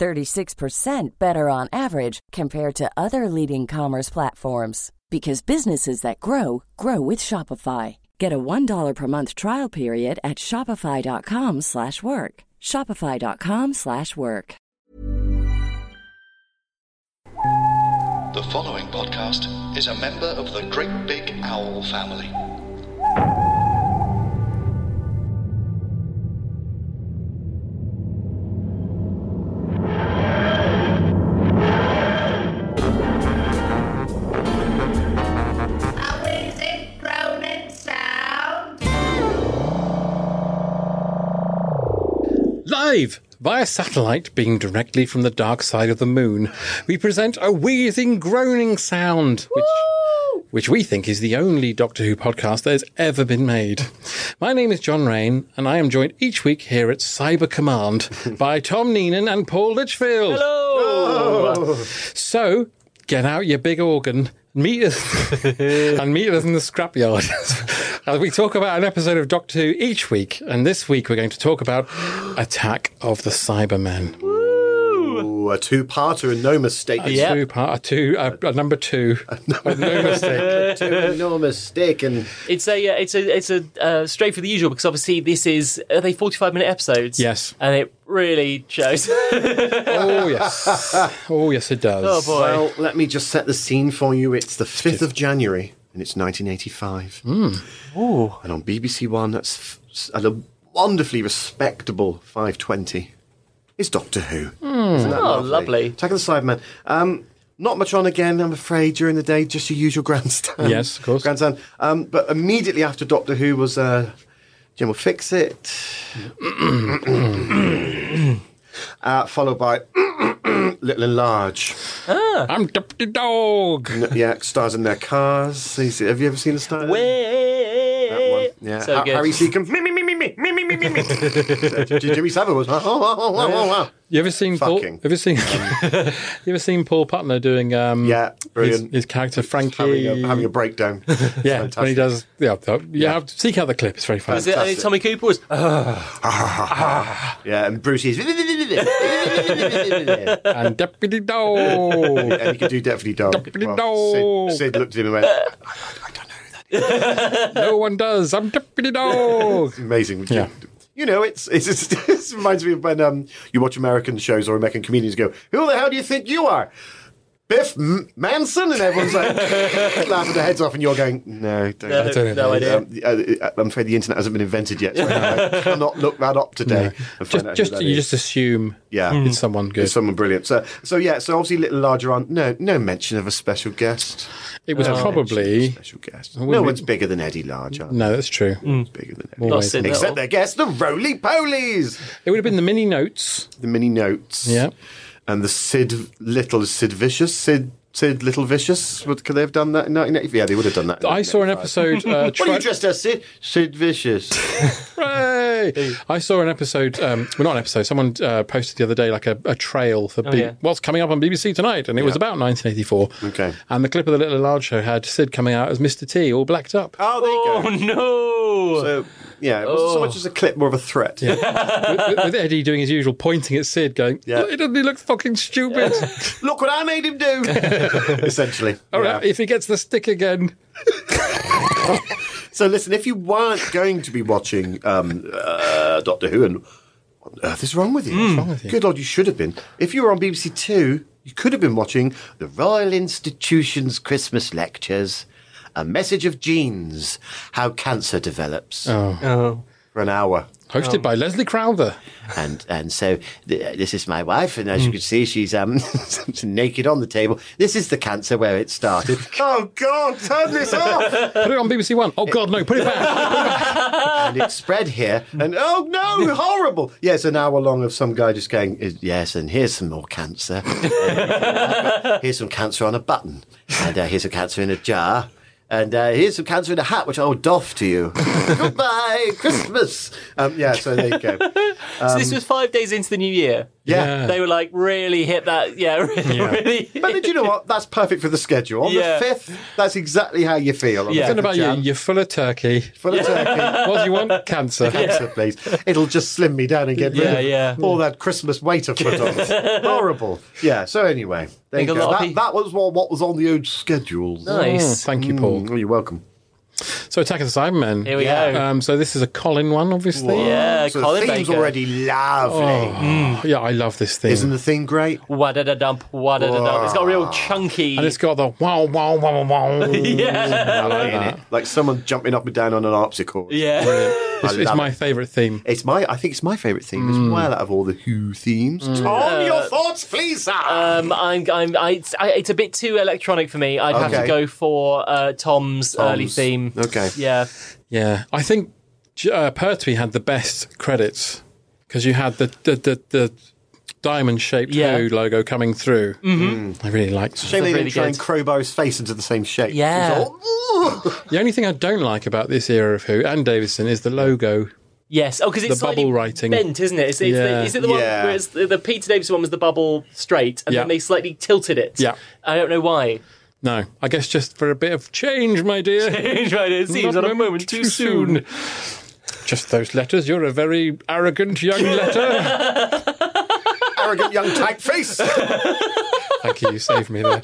36% better on average compared to other leading commerce platforms because businesses that grow grow with Shopify. Get a $1 per month trial period at shopify.com/work. slash work. shopify.com/work. slash work. The following podcast is a member of the Great Big Owl family. How is it grown and sound? Live via satellite being directly from the dark side of the moon, we present a wheezing, groaning sound, which, which we think is the only Doctor Who podcast that has ever been made. My name is John Rain, and I am joined each week here at Cyber Command by Tom Neenan and Paul Litchfield. Hello! So, get out your big organ. Meet us and meet us in the scrapyard as we talk about an episode of Doctor Who each week. And this week we're going to talk about Attack of the Cybermen. Ooh, a two-parter and no mistake. A two part, a two, a, a number two, a no mistake. Two and no mistake. And It's a uh, it's a it's a uh, straight for the usual because obviously this is are they forty five minute episodes? Yes. and it really shows. Oh yes, oh yes, it does. oh boy, well, let me just set the scene for you. It's the fifth of January, and it's 1985. And on BBC One, that's f- s- at a wonderfully respectable 520. It's Doctor Who. Isn't that Oh, lovely. Attack of the Cybermen. Um, not much on again, I'm afraid, during the day. Just your usual grandstand. Yes, of course. Grandstand. Um, but immediately after Doctor Who was uh, Jim will fix it. uh, followed by Little and Large. I'm Doctor Dog. Yeah, stars in their cars. You see- Have you ever seen a star? That one. Yeah, So Ha- good. Harry Seacombe. Me me me me me me me me me me. Jimmy Savile was. Oh, oh, oh, oh, oh, oh. You ever seen Paul? Fucking. Have you seen? you ever seen Paul Patner doing? Um, Yeah, his, brilliant. his character Frankie Having a, having a breakdown. Yeah, when he Fantastic. does. Yeah, you have to seek out the clip. It's very is fast. it only fantastic. Tommy Cooper? Was, Yeah, and Brucey's. and and Deputy Dog. he could do Deputy Dog. Deputy Well, Dog. Sid, Sid looked at him and went, no one does. I'm Deputy Dog. "Amazing." Yeah. You know, it's, it's, it's it reminds me of when um, you watch American shows or American comedians go, "Who the hell do you think you are?" Biff M- Manson, and everyone's like laughing their heads off, and you're going, "No, don't." no, don't know. no idea. Um, uh, I'm afraid the internet hasn't been invented yet, so I cannot look that up today. and find Just, out who just that you is. just assume. Yeah. it's someone Hmm. good. It's someone brilliant. So, so yeah. So obviously, little larger on. No, no mention of a special guest. it was No mention of a probably special guest. wouldn't No be- one's bigger than Eddie Large. Are no. That's true. no, bigger than Eddie. Well, Not Wait. Sid Except Little. their guest, the Roly Polies, It would have been the mini notes. the mini notes. Yeah. And the Sid Little Sid Vicious Sid. Sid Little Vicious, would, could they have done that in 1980? Yeah, they would have done that. in I saw an episode. 1985. Uh, What are tri- you dressed as, Sid? Sid Vicious. Hooray! I saw an episode. Um, well, not an episode. Someone uh, posted the other day like a, a trail for B- yeah. what's coming up on BBC tonight, and it was about 1984. Okay. And the clip of the Little and Large show had Sid coming out as Mr. T, all blacked up. Oh, there you go. Oh no! So yeah, it wasn't so Oh. much as a clip, more of a threat. with, with Eddie doing his usual pointing at Sid, going, Yeah. "Look, doesn't he look fucking stupid? Look what I made him do. Essentially. All Yeah. right, if he gets the stick again, So listen, if you weren't going to be watching um, uh, Doctor Who, and what on earth is Hmm. wrong with you? with you? Good lord, you should have been. If you were on BBC Two, you could have been watching the Royal Institution's Christmas Lectures. A message of genes, how cancer develops Oh. for an hour. Hosted by Leslie Crowther. and and so th- this is my wife, and as you can see, she's um naked on the table. This is the cancer where it started. oh God, turn this off! Put it on BBC One. Oh, God, no, put it back. and it spread here, and oh no, horrible! Yes, an hour long of some guy just going, yes, and here's some more cancer. here's some cancer on a button, and uh, here's some cancer in a jar. And uh, here's some cancer in a hat, which I'll doff to you. Goodbye, Christmas. Um, yeah, so there you go. so um, this was five days into the new year. Yeah. They were like, really hit that. Yeah, really. really But do you know what? That's perfect for the schedule. On Yeah. the fifth, that's exactly how you feel. On Yeah. What the fifth about of you? Jan, You're full of turkey. full of turkey. What do you want? Cancer. Cancer, please. It'll just slim me down and get rid Yeah, of yeah. all that Christmas weight I put on. Horrible. Yeah. So anyway, there you Think a go. lot of That, pe- that was what, what was on the old schedule. Oh, nice. thank you, Paul. Mm, you're welcome. So, Attack of the Cybermen. Here we Yeah. go. Um, so this is a Colin one, obviously. Yeah, so Uh, Colin the theme's Baker. already lovely. Oh. Yeah, I love this thing. Isn't the theme great? Wada da dump, wada da dump. It's got a real chunky. and it's got the wow, wow, wow, wow. yeah. I like it. Like someone jumping up and down on an harpsichord. Yeah. It's, it's love my Mm. it. favourite theme. It's my. I think it's my favourite theme as well out of all the Who themes. Mm. Uh, Tom, your thoughts, please, sir. Um, I'm, I'm, I, it's, I, it's a bit too electronic for me. I'd have Okay. to go for uh, Tom's, early Tom's. theme. Okay. Yeah. Yeah, I think J- uh, Pertwee had the best credits because you had the the, the, the diamond shaped Yeah. Who logo coming through. Mm-hmm. I really liked. that. Shame they really didn't try good. and crowbar his face into the same shape. Yeah. It's all- The only thing I don't like about this era of Who and Davison is the logo. Yes. Oh, because it's The slightly bubble writing. bent, isn't it? It's, it's Yeah. the, is it the one Yeah. where it's the, the Peter Davison one was the bubble straight, and Yeah. then they slightly tilted it? Yeah. I don't know why. No, I guess just for a bit of change, my dear. right, it seems Not on a moment too soon. Just those letters. You're a very arrogant young letter. Arrogant young typeface. Thank you. You saved me there.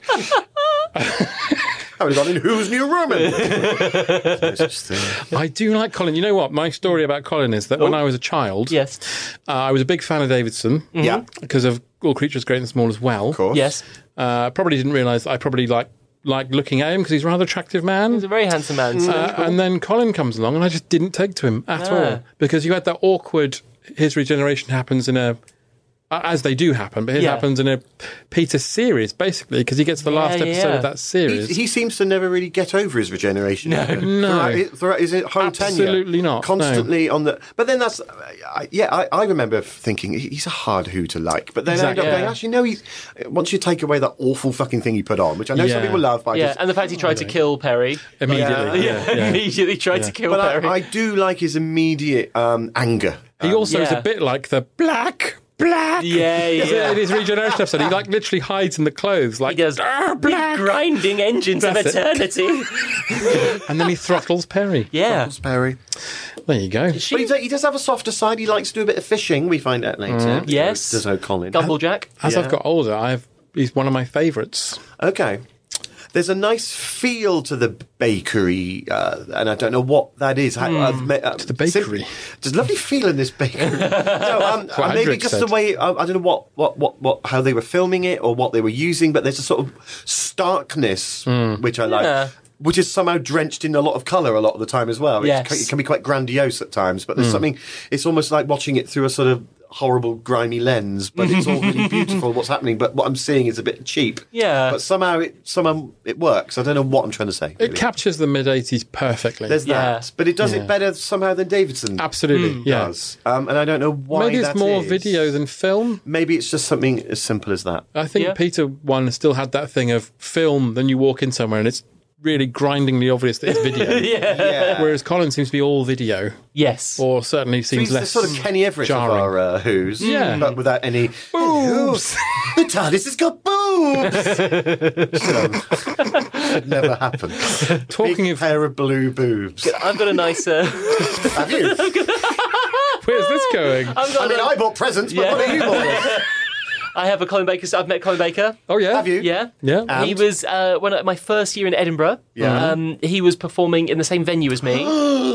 I would have gone in Who's New Roman. There's no such thing. I do like Colin. You know what? My story about Colin is that when Oh. I was a child, Yes. uh, I was a big fan of Davidson Mm-hmm. Yeah, because of All Creatures Great and Small as well. of course. Yes. Uh, probably didn't realise that I probably like like looking at him because he's a rather attractive man. He's a very handsome Mm. man. so- Uh, and then Colin comes along, and I just didn't take to him Ah. at all because you had that awkward. His regeneration happens in a, uh, as they do happen, but his Yeah. happens in a Peter series basically because he gets the last episode yeah. of that He, series. he seems to never really get over his regeneration. No, No. Throughout, his- throughout his whole tenure, Absolutely not, no. Constantly on the. But then that's. I, yeah, I, I remember thinking he- he's a hard who to like. But then I Exactly. ended up Yeah. going, actually, no. He's once you take away that awful fucking thing he put on, which I know some Yeah. people love. But I yeah, just, and the fact he tried to kill Perry. Immediately, Yeah, Uh, yeah, yeah. immediately tried to kill but Perry. I, I do like his immediate um, anger. He also is yeah. a bit like the black, black. Yeah, Is it- yeah. In his regeneration episode, he like literally hides in the clothes, like he goes, "Arr, black, grinding engines of That's it. eternity. and then he throttles Perry. yeah. Perry. There you go. But he does, he does have a softer side. He likes to do a bit of fishing. We find out later. Yes. There's no Colin. Gumblejack. As Yeah. I've got older, I've he's one of my favourites. Okay. There's a nice feel to the bakery, uh, and I don't know what that is. Hmm. How- I've met- uh, the bakery. sim- there's a lovely feel in this bakery. no, um, what uh, maybe Hendrik just said. the way I, I don't know what, what, what, what, how they were filming it or what they were using, but there's a sort of starkness Hmm. which I like. Yeah. Which is somehow drenched in a lot of colour a lot of the time as well. It's Yes. ca- It can be quite grandiose at times, but Hmm. there's something, it's almost like watching it through a sort of horrible, grimy lens, but it's all really beautiful what's happening. But what I'm seeing is a bit cheap. Yeah. But somehow it somehow it works. I don't know what I'm trying to say. It really. captures the mid '80s perfectly. There's Yeah. that, but it does it better somehow than Davidson Mm. Absolutely, yeah. does. Um, and I don't know why. Maybe it's that more is. video than film. Maybe it's just something as simple as that. I think Yeah. Peter one still had that thing of film. Then you walk in somewhere and it's really grindingly obvious that it's video. Yeah. Whereas Colin seems to be all video, Yes. or certainly seems He's the less sort of Kenny Everett jarring. of our uh, Who's, Yeah. but without any boobs. the TARDIS has got boobs. So, never happened. Talking Big of- pair of blue boobs. I've got a nice. Uh, Have you? Where's this going? I've I got mean, a- I bought presents, but Yeah. what have you bought? I have a Colin Baker. so I've met Colin Baker. Oh yeah, Have you? Um, Yeah. Yeah. He was uh, when I, my first year in Edinburgh. Yeah. Um, he was performing in the same venue as me,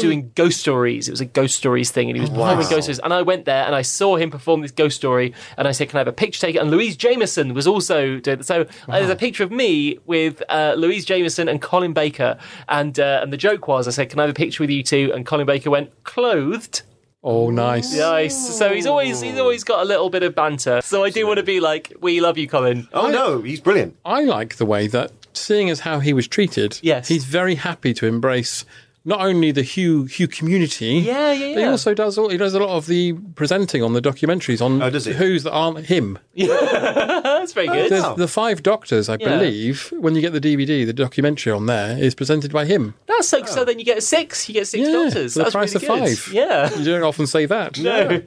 doing ghost stories. It was a ghost stories thing, and he was performing ghost stories. And I went there and I saw him perform this ghost story, and I said, "Can I have a picture taken?" And Louise Jameson was also doing it. So uh, there's a picture of me with uh, Louise Jameson and Colin Baker, and uh, and the joke was, I said, "Can I have a picture with you two? And Colin Baker went clothed. Oh, nice. Nice. So he's always he's always got a little bit of banter. So I do want to be like, we love you, Colin. Oh no, he's brilliant. I like the way that, seeing as how he was treated, Yes. he's very happy to embrace not only the Hugh Hugh community, Yeah, yeah, but he yeah. also does all, he does a lot of the presenting on the documentaries on Oh, does he? who's that aren't him. Oh, That's very good. There's the Five Doctors, I Yeah. believe. When you get the DVD, the documentary on there is presented by him. That's so. So then you get a six. You get six Yeah, doctors. for the That's price really of good. five. Yeah. You don't often say that. No.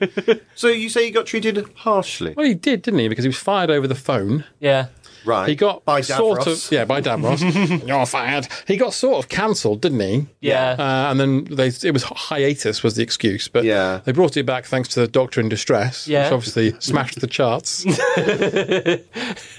So you say he got treated harshly, Well, he did, didn't he? Because he was fired over the phone. Yeah. right? He got by sort Davros. of yeah by Davros. You're fired. He got sort of cancelled, didn't he? Yeah. Uh, and then they, it was hiatus was the excuse, but Yeah. they brought it back thanks to the Doctor in Distress, Yeah. which obviously smashed the charts.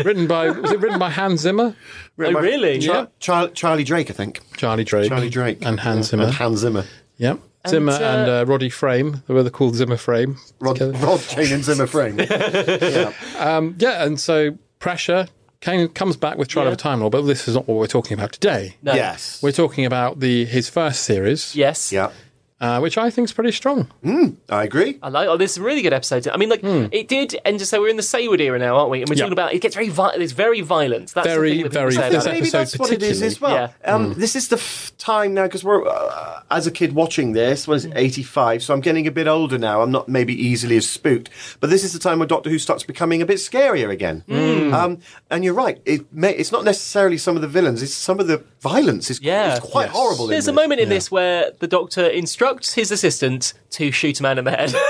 written by was it written by Hans Zimmer, Oh, really? Char- Char- Charlie Drake, I think. Charlie Drake, Charlie Drake and Hans Zimmer. and Hans Zimmer. yep, Zimmer uh, and uh, Roddy Frame. They were the called Zimmer Frame. Rod, together. Rod Kane and Zimmer Frame. yeah. Yeah, and so pressure came, comes back with Trial of Yeah. a Time Lord, but this is not what we're talking about today. No. Yes. We're talking about the his first series, Yes. Yeah. uh, which I think is pretty strong. I agree. I like. Oh, this is a really good episode. I mean, like it did. And just so we're in the Sayward era now, aren't we? And we're Hmm. Yeah. talking about it gets very. Vi- it's very violent. That's the Very, thing that people very say This about it. Maybe episode that's what it is as well. particularly. Um, Mm. This is the f- time now because we're uh, as a kid watching this was eighty five, so I'm getting a bit older now. I'm not maybe easily as spooked, but this is the time when Doctor Who starts becoming a bit scarier again. Um, and you're right; it may, it's not necessarily some of the villains; it's some of the violence is Yeah. is quite Yes. horrible. There's a in this. moment in this where the doctor instructs his assistant to shoot a man in the head.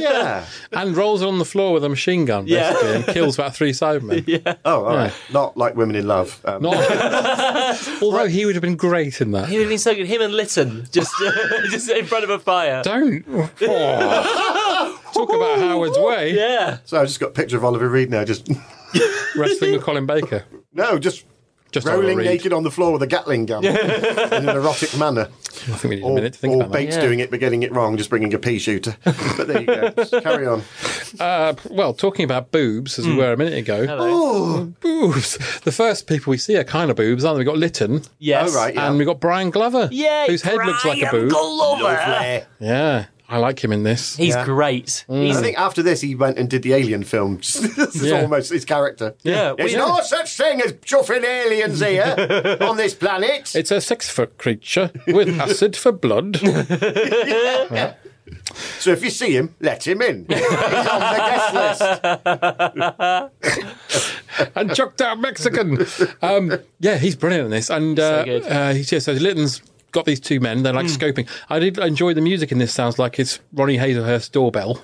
Yeah. and rolls on the floor with a machine gun, Yeah. basically, and kills about three Cybermen. Oh, all right. Not like Women in Love. Um, Not- although he would have been great in He that. would have been so good. Him and Lytton just just in front of a fire. Don't Oh. talk about Howard's way Yeah. so I just got a picture of Oliver Reed now. Just wrestling with Colin Baker. no, just. Just Oliver Rolling Reed. naked on the floor with a Gatling gun in an erotic manner. I think we need a or, minute to think or about that. Bates Yeah. doing it but getting it wrong, just bringing a pea shooter. but there you go. Just carry on. Uh, well, talking about boobs, as Hmm. we were a minute ago. Oh, boobs! The first people we see are kind of boobs, aren't they? We got Lytton, Yes. All right, yeah. and we got Brian Glover, Yeah. whose head looks like a Brian boob. Glover. yeah, I like him in this. He's great. And Mm. He's I think after this, he went and did the Alien film. this is Yeah. almost his character. Yeah, There's we- no such thing as chuffing aliens here on this planet. It's a six-foot creature with acid for blood. So if you see him, let him in. He's on the guest list. and chucked out Mexican. Um, yeah, he's brilliant in this. And uh, good. Hmm. uh, he's yeah, so Litton's got these two men. They're like scoping. I did enjoy the music in this. Sounds like it's Ronnie Hazelhurst's doorbell.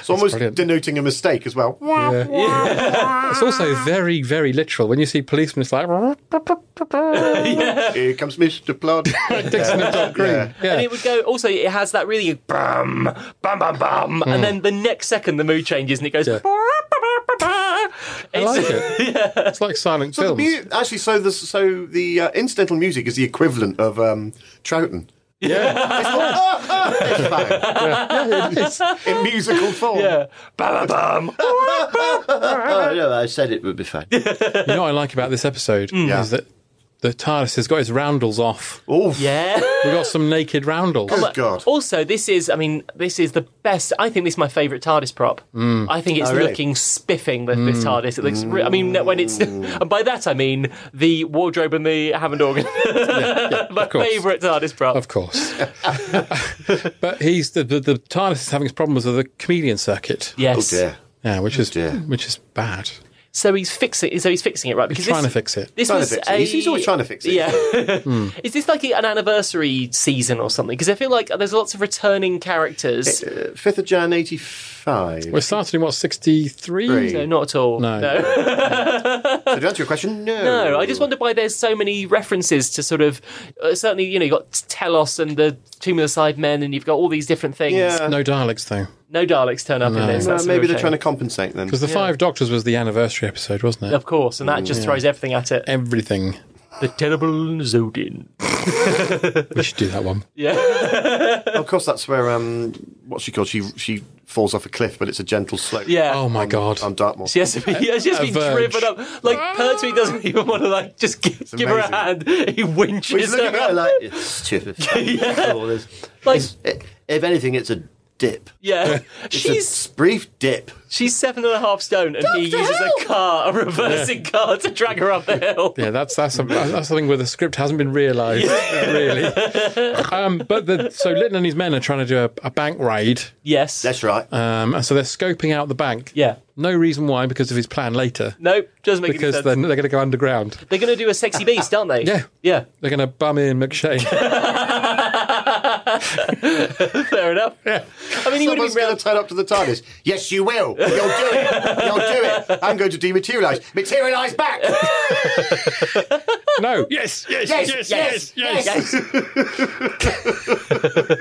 It's almost brilliant. denoting a mistake as well. It's also very, very literal. When you see policemen, it's like Here comes Mr. Plod. Dixon and Tom Green. Yeah. And it would go. Also, it has that really bum bum bum bum, and then the next second the mood changes and it goes. Mm. Yeah. I It's- like it. It's like silent So the films. mu- actually, so the so the uh, incidental music is the equivalent of um, Troughton. yeah. It's like, "Ah, ah," it's fine. in musical form. Yeah. Bum bum bum. Oh, no, I said it would be fine. you know what I like about this episode Mm. Yeah. is that the TARDIS has got his roundels off. Oh, Yeah. We got some naked roundels. good God. Also, this is, I mean, this is the best. I think this is my favourite TARDIS prop. Mm. I think it's Oh, really? looking spiffing, this, this TARDIS. It looks, re- I mean, when it's, Mm. and by that I mean the wardrobe and the Hammond organ. my course. favourite TARDIS prop. Of course. but he's the, the the TARDIS is having his problems with the chameleon circuit. Oh, yes. Yeah, which is dear. which is bad. so he's fixing. So he's fixing it, right? Because trying this- to fix it. This Trying to was fix it. He's- a- he's always trying to fix it. Hmm. Yeah. Is this like an anniversary season or something? Because I feel like there's lots of returning characters. Uh, Fifth of Jan, eighty-five. We're starting what sixty three. Three. no, not at all. No. So to answer your question, no. No, I just wonder why there's so many references to sort of uh, certainly you know you have got Telos and the Tomb of the Side Men and you've got all these different things. Yeah, No Daleks though, No Daleks turn up in this. No, That's maybe they're trying to compensate them. because the Five Doctors was the anniversary episode, wasn't it? Mm, of course, and that just throws everything at it. Everything. The terrible Zodin. We should do that one. of course, that's where um, what's she called? She she falls off a cliff, but it's a gentle slope. Yeah. Oh my god. on Dartmoor. She has to be, she has to a be verge. driven up. Like, Pertwee doesn't even want to, like, just give, give her a amazing. hand. He He's winches her looking at her up. like, it's stupid. All this. Like- It's- i- if anything, it's a dip. Yeah. It's a She's brief dip. she's seven and a half stone, and he uses a car, a reversing car, to drag her up the hill. Yeah, that's that's, some- that's something where the script hasn't been realised really. Um, but the, so Lytton and his men are trying to do a, a bank raid, Yes. That's right. Uh, um, and so they're scoping out the bank. yeah. No reason why, because of his plan later. Nope, doesn't make Because any sense. then they're going to go underground. They're going to do a sexy beast, aren't they? Yeah. Yeah, They're going to bum in McShane. fair enough. I mean, he Someone's going would have been round. to turn up to the TARDIS. Yes, you will. You'll do it. You'll do it. I'm going to dematerialise. Materialise back. no. Yes, yes, yes, yes, yes, yes.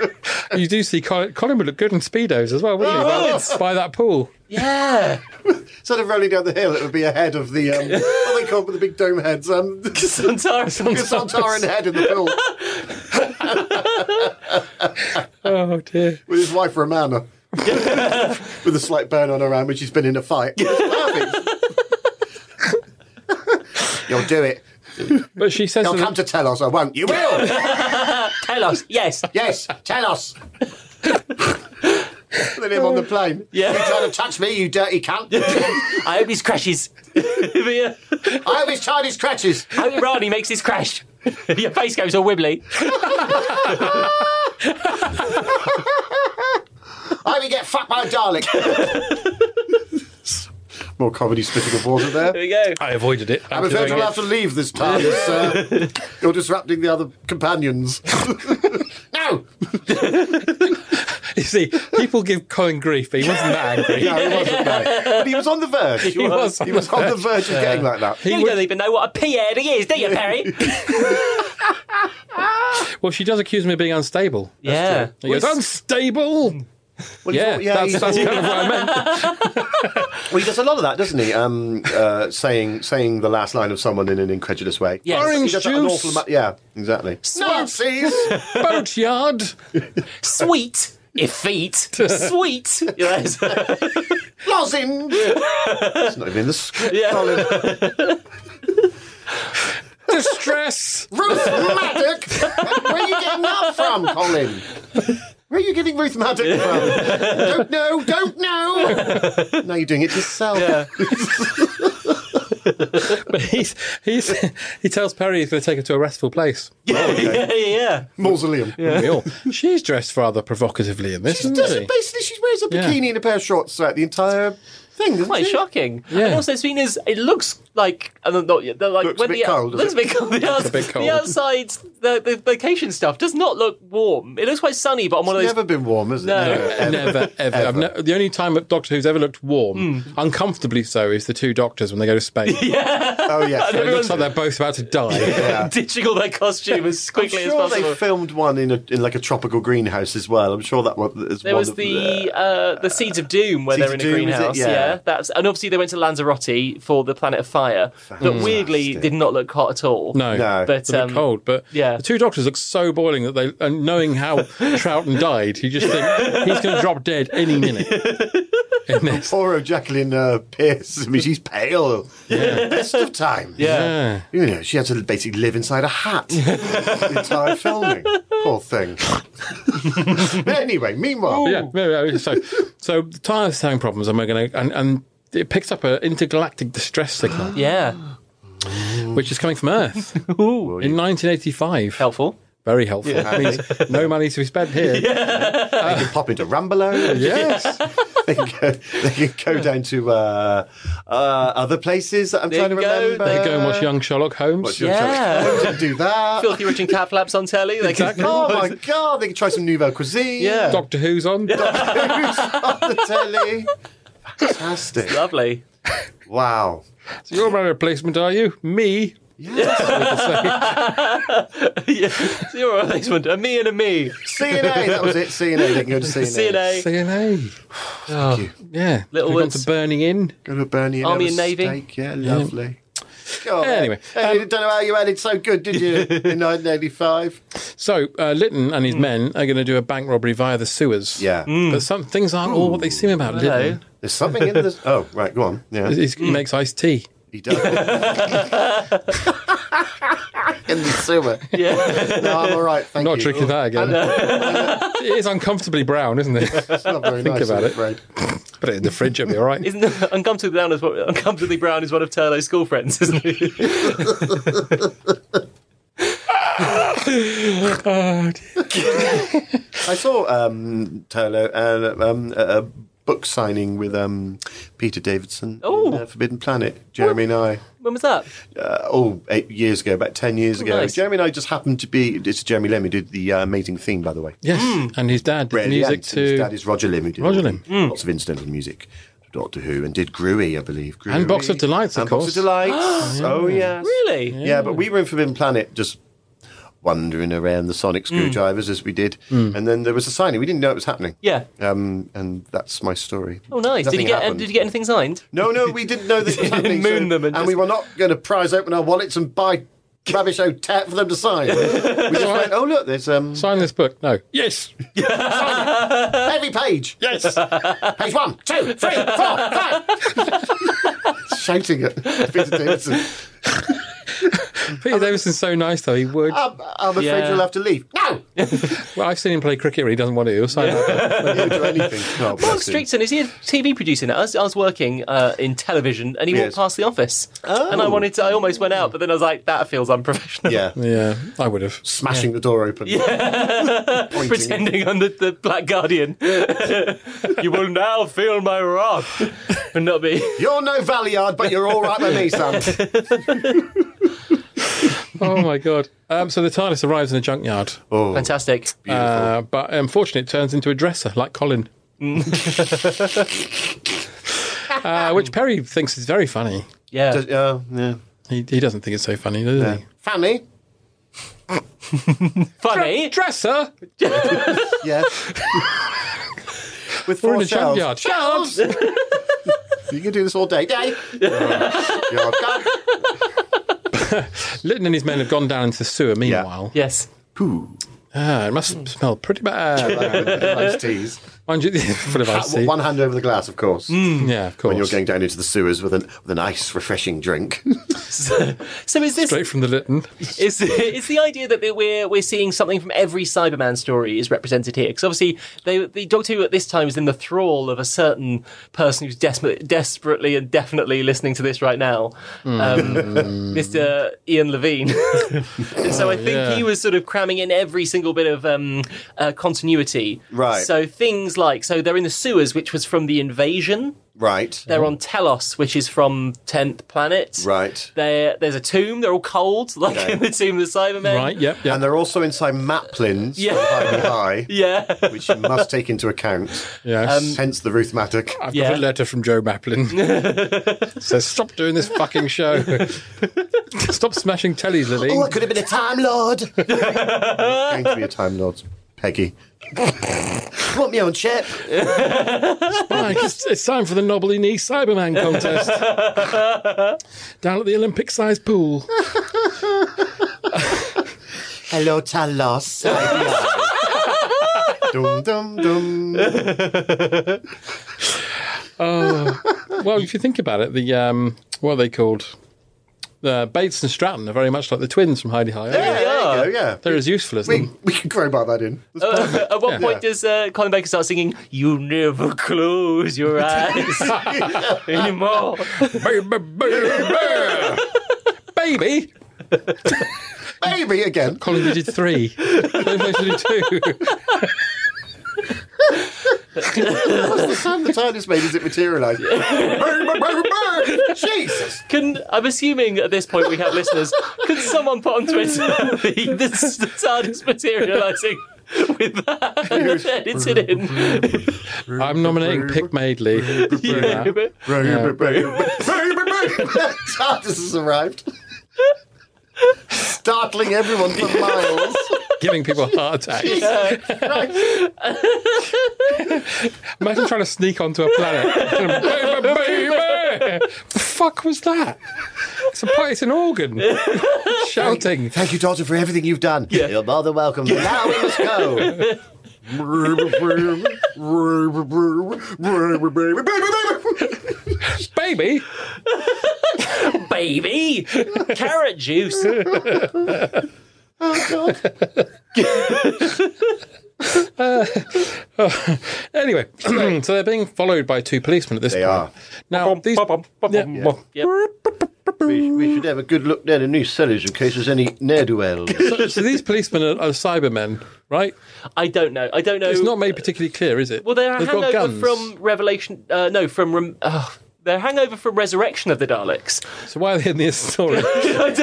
You do see Colin, Colin would look good in speedos as well, wouldn't he? By, by that pool. Yeah. Instead of rolling down the hill, it would be a head of the um, what are they called with the big dome heads. Um, Santaris. Santaran head in the pool Oh dear. with his wife Romana, with a slight burn on her arm, which she's been in a fight. It's perfect. You'll do it. But she says You'll to come them, to tell us. I won't. You will. Tell us. Yes. Yes, tell us. Put him on the plane. Yeah. You trying to touch me, you dirty cunt. I hope his crashes. I I hope his Chinese crutches. hope Ronnie makes his crash. Your face goes all wibbly. I hope you get fucked by a Dalek. More comedy splitting of water there. we go. I avoided it. I'm afraid I'll have to leave this time, uh, sir. You're disrupting the other companions. no! You see, people give Colin grief, but he wasn't that angry. No, he wasn't, no. But he was on the verge. He was on He was on the verge of getting like that. you don't even know what a pea head is, do you, Perry? Well, she does accuse me of being unstable. yeah. He goes, unstable? Well, he's Yeah, all- that's, he's that's all- kind of what I meant. well, he does a lot of that, doesn't he? Um, uh, saying saying the last line of someone in an incredulous way. Yes. He Orange does that an juice, awful amount- Yeah, exactly. Nazis! boatyard. Sweet. Effete. Sweet. Yes. Lozenge! it's not even in the script, Yeah. Colin. distress. Ruth Maddock? Where are you getting that from, Colin? Where are you getting Ruth Maddock from? don't know, don't know. now you're doing it yourself. But he's, he's, he tells Perry he's going to take her to a restful place. yeah, yeah. Mausoleum. We all- She's dressed rather provocatively in this, She isn't does she? it, basically, she wears a Yeah. bikini and a pair of shorts throughout the entire thing. doesn't Quite she? shocking. Yeah. And also, seeing is it looks like and I'm not they're like Looks a when bit the cold, doesn't looks a bit cold. The, outs- bit cold. the outside the, the vacation stuff does not look warm. It looks quite sunny, but on one of It's those. never been warm, has it? No. Never, ever. Hmm. I've ne- the only time that Doctor Who's ever looked warm, uncomfortably so, is the two doctors when they go to Spain. Oh, yes. It looks like they're both about to die. Ditching all their costume as I'm quickly sure as they possible. filmed one in, a, in like a tropical greenhouse as well. I'm sure that one is There one was of the uh, the Seeds of Doom where Seeds they're in of a Doom, is it? greenhouse. Yeah. Yeah. that's and obviously they went to Lanzarote for the Planet of Fire, but weirdly Fantastic. did not look hot at all. No. No. but It's a bit um, cold, but yeah. the two doctors look so boiling that they, and knowing how Troughton died, you just think he's going to drop dead any minute. In this. Poor old Jacqueline uh, Pierce. I mean, she's pale. Best of times. Yeah. Yeah. You know, she had to basically live inside a hat the entire filming. Poor thing. anyway, meanwhile, Yeah, yeah, yeah. So, so the tires having problems, and we're going to, and, and it picks up an intergalactic distress signal, yeah, which is coming from Earth in 1985. helpful. Very helpful. It means no money to be spent here. they can pop into Rumbelow. Yes. They, can go, they can go down to uh, uh, other places that I'm They trying to go- remember. They go and watch Young Sherlock Holmes. Watch Yeah. Sherlock Holmes and do that. Filthy rich and cat flaps on telly. They can- Exactly. Oh my god, they can try some nouveau cuisine. Yeah. Doctor Who's on. Who's on the telly? Fantastic. Lovely. Wow. So you're my replacement, are you? Me? yeah. So you're a replacement. A me and a me. CNA, that was it. CNA, they can go to CNA. CNA. CNA. Yeah. Little Oh, We've gone Woods. to Burning In. Go to Bernie and Army have a and Navy. steak. Yeah, lovely. Go on. Anyway, um, Hey, you don't know how you added so good, did you? in 1985. So uh, Lytton and his men are going to do a bank robbery via the sewers. Hmm. Yeah. Hmm. But some things aren't all what they seem about Lytton. Mm. There's something in this. Oh, right, go on. Yeah. He's- He makes iced tea. He does. in the sewer. Yeah. No, I'm all right. Thank Not you. Oh, drinking that again. it is uncomfortably brown, isn't it? It's not very Think nice, about I'm it. afraid. Put it in the fridge, it'll be all right. Isn't uncomfortably brown is what, uncomfortably brown is one of Turlo's school friends, isn't it? Oh, dear. I saw um, Turlo uh, um, a a book signing with um, Peter Davidson. in, Oh. uh, Forbidden Planet. Jeremy and I. when was that? uh, oh, eight years ago, about ten Oh, years ago. nice. Jeremy and I just happened to be. It's Jeremy Lim who did the uh, amazing theme, by the way. yes. And his dad did Brilliant. music Hmm. And His dad to is Roger Lim, who did Roger all the- Lim. lots of incidental music. to Doctor Who and did Gruey, I believe. Gruey. And Box of Delights, of and course. Box of Delights. oh yes, Really? Yeah. but we were in Forbidden Planet just wandering around the sonic Hmm. screwdrivers as we did, and then there was a signing. We didn't know it was happening. Yeah. Um, and that's my story. Oh, nice. did Nothing you get happened. did you get anything signed? No, no, we didn't know this was happening. Moon so- them and and just- we were not going to prize open our wallets and buy rubbish OTAT for them to sign. we just went, oh, look, there's um, sign this book. No. Yes. every page. Yes. Page one, two, three, four, five. Shouting at Peter Davidson. Peter Davison's so nice, though. He would. I'm, I'm afraid Yeah. you'll have to leave. No! Well, I've seen him play cricket when he doesn't want to. He'll sign that. He'll do anything. Oh, Mark bless him. Streetson, is he a TV producer now? I was, I was working uh, in television and he Yes. walked past the office. And I wanted to, I almost went out, but then I was like, that feels unprofessional. Oh. Yeah. Yeah, I would have. Smashing the door open. Pointing. Pretending I'm the, the Black Guardian. you will now feel my wrath. And not be. You're no Valiard, but you're all right with me, son. Oh, my God. Um, so the TARDIS arrives in a junkyard. Oh. Fantastic. Uh, but unfortunately, it turns into a dresser like Colin. uh, which Perry thinks is very funny. Yeah. Does- yeah, yeah. He, he doesn't think it's so funny, does he? Fanny? Funny. Dresser? Yes. With We're four in a shells. junkyard. Shells! you can do this all day. Day! You're done. Lytton and his men have gone down into the sewer meanwhile. yes. Poo. Ah, it must smell pretty bad. Uh, Nice tease. Mind you, full of ice tea. One hand over the glass, of course. Yeah, of course. When you're going down into the sewers with, an, with a nice, refreshing drink. So, so is this Straight from the Lytton. is, is the idea that we're we're seeing something from every Cyberman story is represented here? Because obviously, they, the Doctor Who at this time is in the thrall of a certain person who's desperate, desperately and definitely listening to this right now, um, Mr. Ian Levine. and so I think yeah. he was sort of cramming in every single bit of um, uh, continuity. Right. So things like so they're in the sewers, which was from the invasion. right. They're on Telos, which is from Tenth Planet. Right. There, there's a tomb. They're all cold, like Okay. in the tomb of the Cybermen. Right, yep, yep. And they're also inside Maplin's Yeah. yeah. High High, Yeah. which you must take into account. yes. Hence the rheumatic. I've Yeah. got a letter from Joe Maplin. says, stop doing this fucking show. stop smashing tellies, Lily. Oh, I could have been a Time Lord. I'm not going to be a Time Lord, Peggy. Want me on chip? Mike, it's, it's time for the knobbly knee Cyberman contest. Down at the Olympic sized pool. Hello, Talos. dum dum dum. Well, if you think about it, the um, what are they called? Uh, Bates and Stratton are very much like the twins from Heidi High. Yeah, there you go. Yeah, They're as useful as we them. we can grow by that in. That's perfect. At what point Yeah. does uh, Colin Baker start singing, You never close your eyes anymore? Baby, baby, baby. Maybe again. Colin, you did three. Colin Baker did two. What's the sound the TARDIS made as it materialised? Jesus. Can I'm assuming at this point we have listeners. Could someone put on Twitter the, the, the TARDIS materialising with that? and Edit it in. I'm nominating Pick Maidley. Yeah. TARDIS has arrived. Startling everyone for miles. Giving people heart attacks. Imagine trying to sneak onto a planet. baby, baby. The fuck was that? It's It's, a, part- it's an organ shouting. Thank you, daughter, for everything you've done. You're more than welcome. Now we must go. Baby, baby, carrot juice. Anyway, so they're being followed by two policemen at this They point. are. Now, these. Yeah. we, we should have a good look down in new cellars in case there's any ne'er do wells. So these policemen are, are Cybermen, right? I don't know. I don't know. It's not made particularly clear, is it? Well, they're a They've got guns. hangover from Revelation. Uh, no, from. Rem- oh, they're a hangover from Resurrection of the Daleks. So why are they in this story?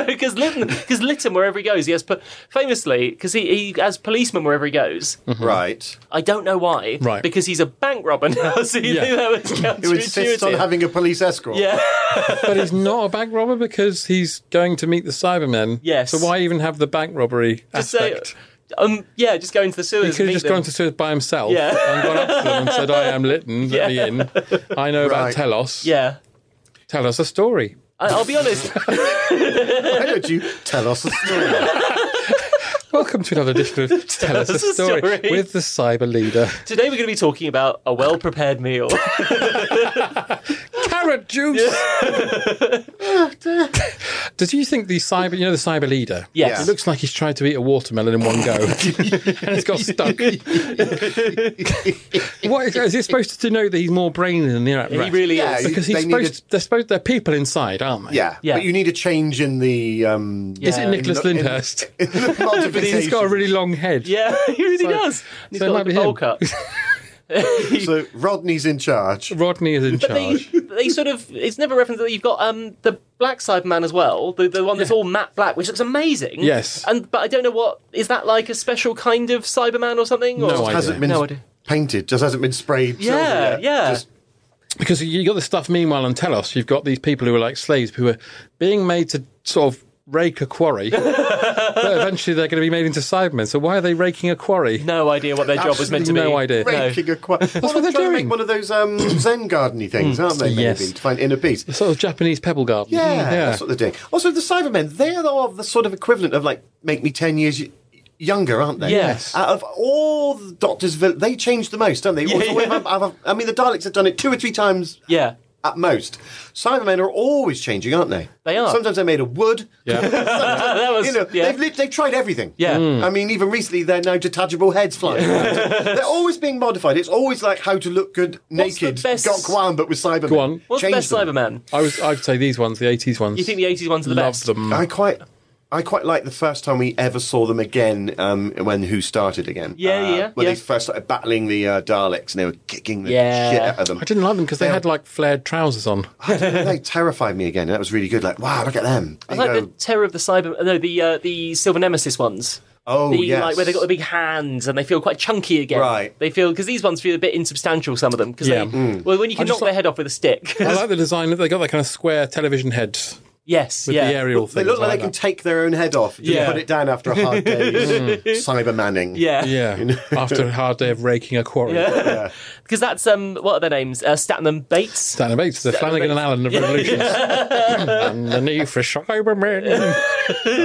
Because Lytton, because Lytton, wherever he goes, he has put famously because he, he has policeman wherever he goes. right. I don't know why. Right. Because he's a bank robber now, so you Yeah. think that was Who insists on counterintuitive. having a police escort. yeah. but he's not a bank robber because he's going to meet the Cybermen. Yes. So why even have the bank robbery Just say, aspect? um, yeah, just go into the sewers. he could and have meet just them. gone to Suez by himself Yeah. and gone up to them and said, "I am Lytton. Let Yeah. me in. I know about Right. Telos. Yeah. Tell us a story." I, I'll be honest. Why don't you tell us a story? Welcome to another edition of Tell Us a Story, Story. with the Cyber Leader. Today we're going to be talking about a well-prepared meal. Carrot juice. Did you think the cyber, you know, the cyber leader? Yes. It looks like he's tried to eat a watermelon in one go, and it's got stuck. what is, is he supposed to know that he's more brainy than the rat? he really Yeah, is. you- because he's they supposed. needed- They're supposed. They're people inside, aren't they? Yeah, Yeah. but you need a change in the. Um, Yeah. Is it Nicholas In the- in- Lyndhurst? in the he's got a modification. really long head. Yeah, he really does. And He's so it got might like be a bowl him. cut. so Rodney's in charge. Rodney is in But they, charge. they sort of it's never referenced that you've got um the black side man as well the, the one that's all matte black which looks amazing Yes. and but I don't know what is that like a special kind of Cyberman or something or No idea. Hasn't been No idea. painted, just hasn't been sprayed. silver yeah yet. yeah Just- because you got the stuff meanwhile on Telos, you've got these people who are like slaves who are being made to sort of rake a quarry. but eventually they're going to be made into Cybermen. So why are they raking a quarry? no idea what their job was meant to be Absolutely no idea. Raking a qu- That's what they're trying To doing. make one of those um, Zen gardeny things, aren't they? Maybe Yes. to find inner peace. Sort of Japanese pebble garden. Yeah, that's what they're doing. Also, the Cybermen, they are the- the sort of equivalent of like make me ten years y- younger, aren't they? Yes. Out of all the Doctors, vil- they change the most, don't they? Always- always have- have- I mean, the Daleks have done it two or three times yeah at most. Cybermen are always changing, aren't they? They are. Sometimes they're made of wood. Yeah. that was You know, yeah. they've, lit- they've tried everything. Yeah. Hmm. Mm. I mean, even recently, they're now detachable heads flying. around. they're always being modified. It's always like how to look good What's the naked. best- Got Kwan, but with Cybermen. Go on. what's the Change best them. Cyberman I was, I'd say these ones, the 80s ones. you think the 80s ones are the Love best them. I quite. I quite like the first time we ever saw them again um, when Who started again. Yeah, uh, yeah, When yeah. they first started battling the uh, Daleks and they were kicking the Yeah. shit out of them. I didn't like them because they had like flared trousers on. they terrified me again. and That was really good. Like, wow, look at them. I They like the go- terror of the cyber no the uh, the silver nemesis ones Oh, the, yes. like where they got the big hands and they feel quite chunky again. Right. Mm. They feel because these ones feel a bit insubstantial. Some of them because Yeah. yeah. well, when you can knock just their head off with a stick. I like the design that they got that kind of square television heads yes. with yeah. the aerial thing. They look like they can take their own head off. Just Yeah. put it down after a hard day. Cybermanning. Yeah. Yeah, after a hard day of raking a quarry. Yeah. Because that's um what are their names? Uh, Statnam Bates. Stan and Bates, the Flanagan and Allen of revolutions. and the need for Cybermen.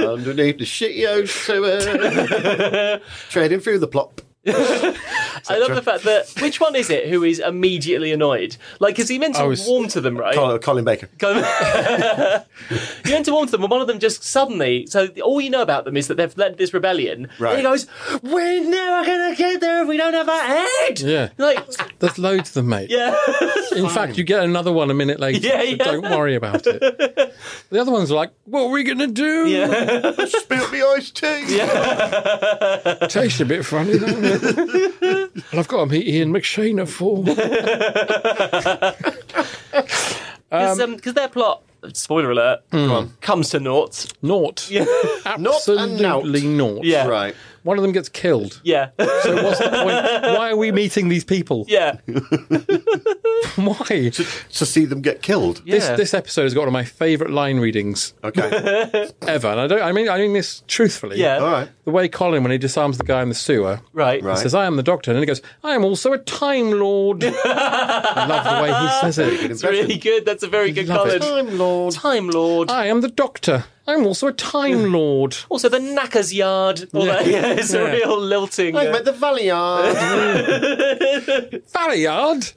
Underneath the shitty old sewer. Treading through the plop. I love the fact that which one is it who is immediately annoyed? Like, is he meant to I was- warm to them, right? Colin, Oh, Colin Baker. you went to warn them, and one of them just suddenly. So all you know about them is that they've led this rebellion. Right. And he goes, "We're never gonna get there if we don't have our head." Yeah. Like, There's loads of them, mate. yeah, In fact, you get another one a minute later. Yeah, so yeah. Don't worry about it. The other ones are like, what are we going to do? yeah. Spilt me iced tea. Tastes a bit funny, doesn't it? and I've got to meet Ian McShane at four. Because um, their plot, spoiler alert, Hmm. comes to naught. Naught. Absolutely Not a naught. Yeah. Right. One of them gets killed. Yeah. So what's the point? Why are we meeting these people? yeah. Why? to see them get killed. This, Yeah. this episode has got one of my favourite line readings Okay. ever, and I don't. I mean, I mean this truthfully. Yeah. All right. The way Colin, when he disarms the guy in the sewer, Right. he Right. says, "I am the Doctor," and then he goes, "I am also a Time Lord." I love the way he says it. It's really good. That's a very good Love it. Colin. Time Lord. Time Lord. I am the Doctor. I am also a Time Lord. Also, the Knackers Yard. All that. Yeah, it's a real lilting. I'm at the Valley Yard. Valliard,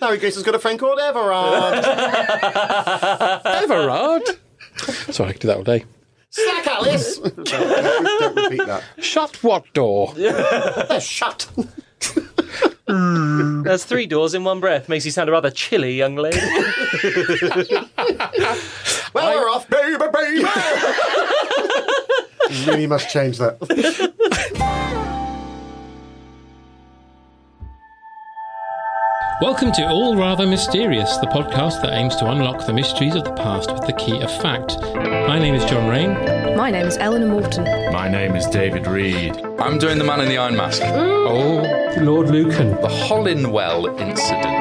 Harry Grayson's got a friend called Everard. Everard. Sorry, I could do that all day. Sack Alice. Don't repeat that. Shut what door? They're shut. That's three doors in one breath. Makes you sound a rather chilly young lady. Well, we're off. Baby, baby. You really must change that. Welcome to All Rather Mysterious, the podcast that aims to unlock the mysteries of the past with the key of fact. My name is John Rain. My name is Eleanor Morton. My name is David Reed. I'm doing the man in the iron mask. Oh, Lord Lucan. The Hollinwell incident.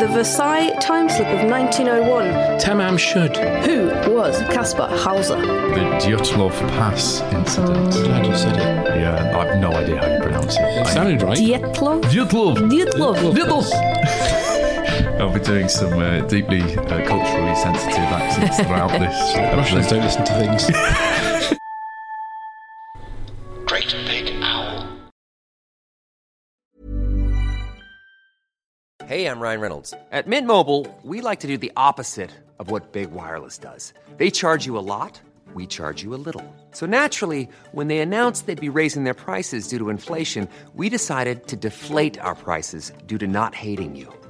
The Versailles timeslip of 1901. Tamam should. Who was Caspar Hauser? The Dyatlov Pass incident. Glad you said it. Yeah, I've no idea how you pronounce it. It I- sounded right. Dietlov? Dyatlov! Dietlov. Diddles! I'll be doing some uh, deeply uh, culturally sensitive accents throughout this. Russians episode. don't listen to things. Great Big Owl. Hey, I'm Ryan Reynolds. At Mint Mobile, we like to do the opposite of what Big Wireless does. They charge you a lot, we charge you a little. So naturally, when they announced they'd be raising their prices due to inflation, we decided to deflate our prices due to not hating you.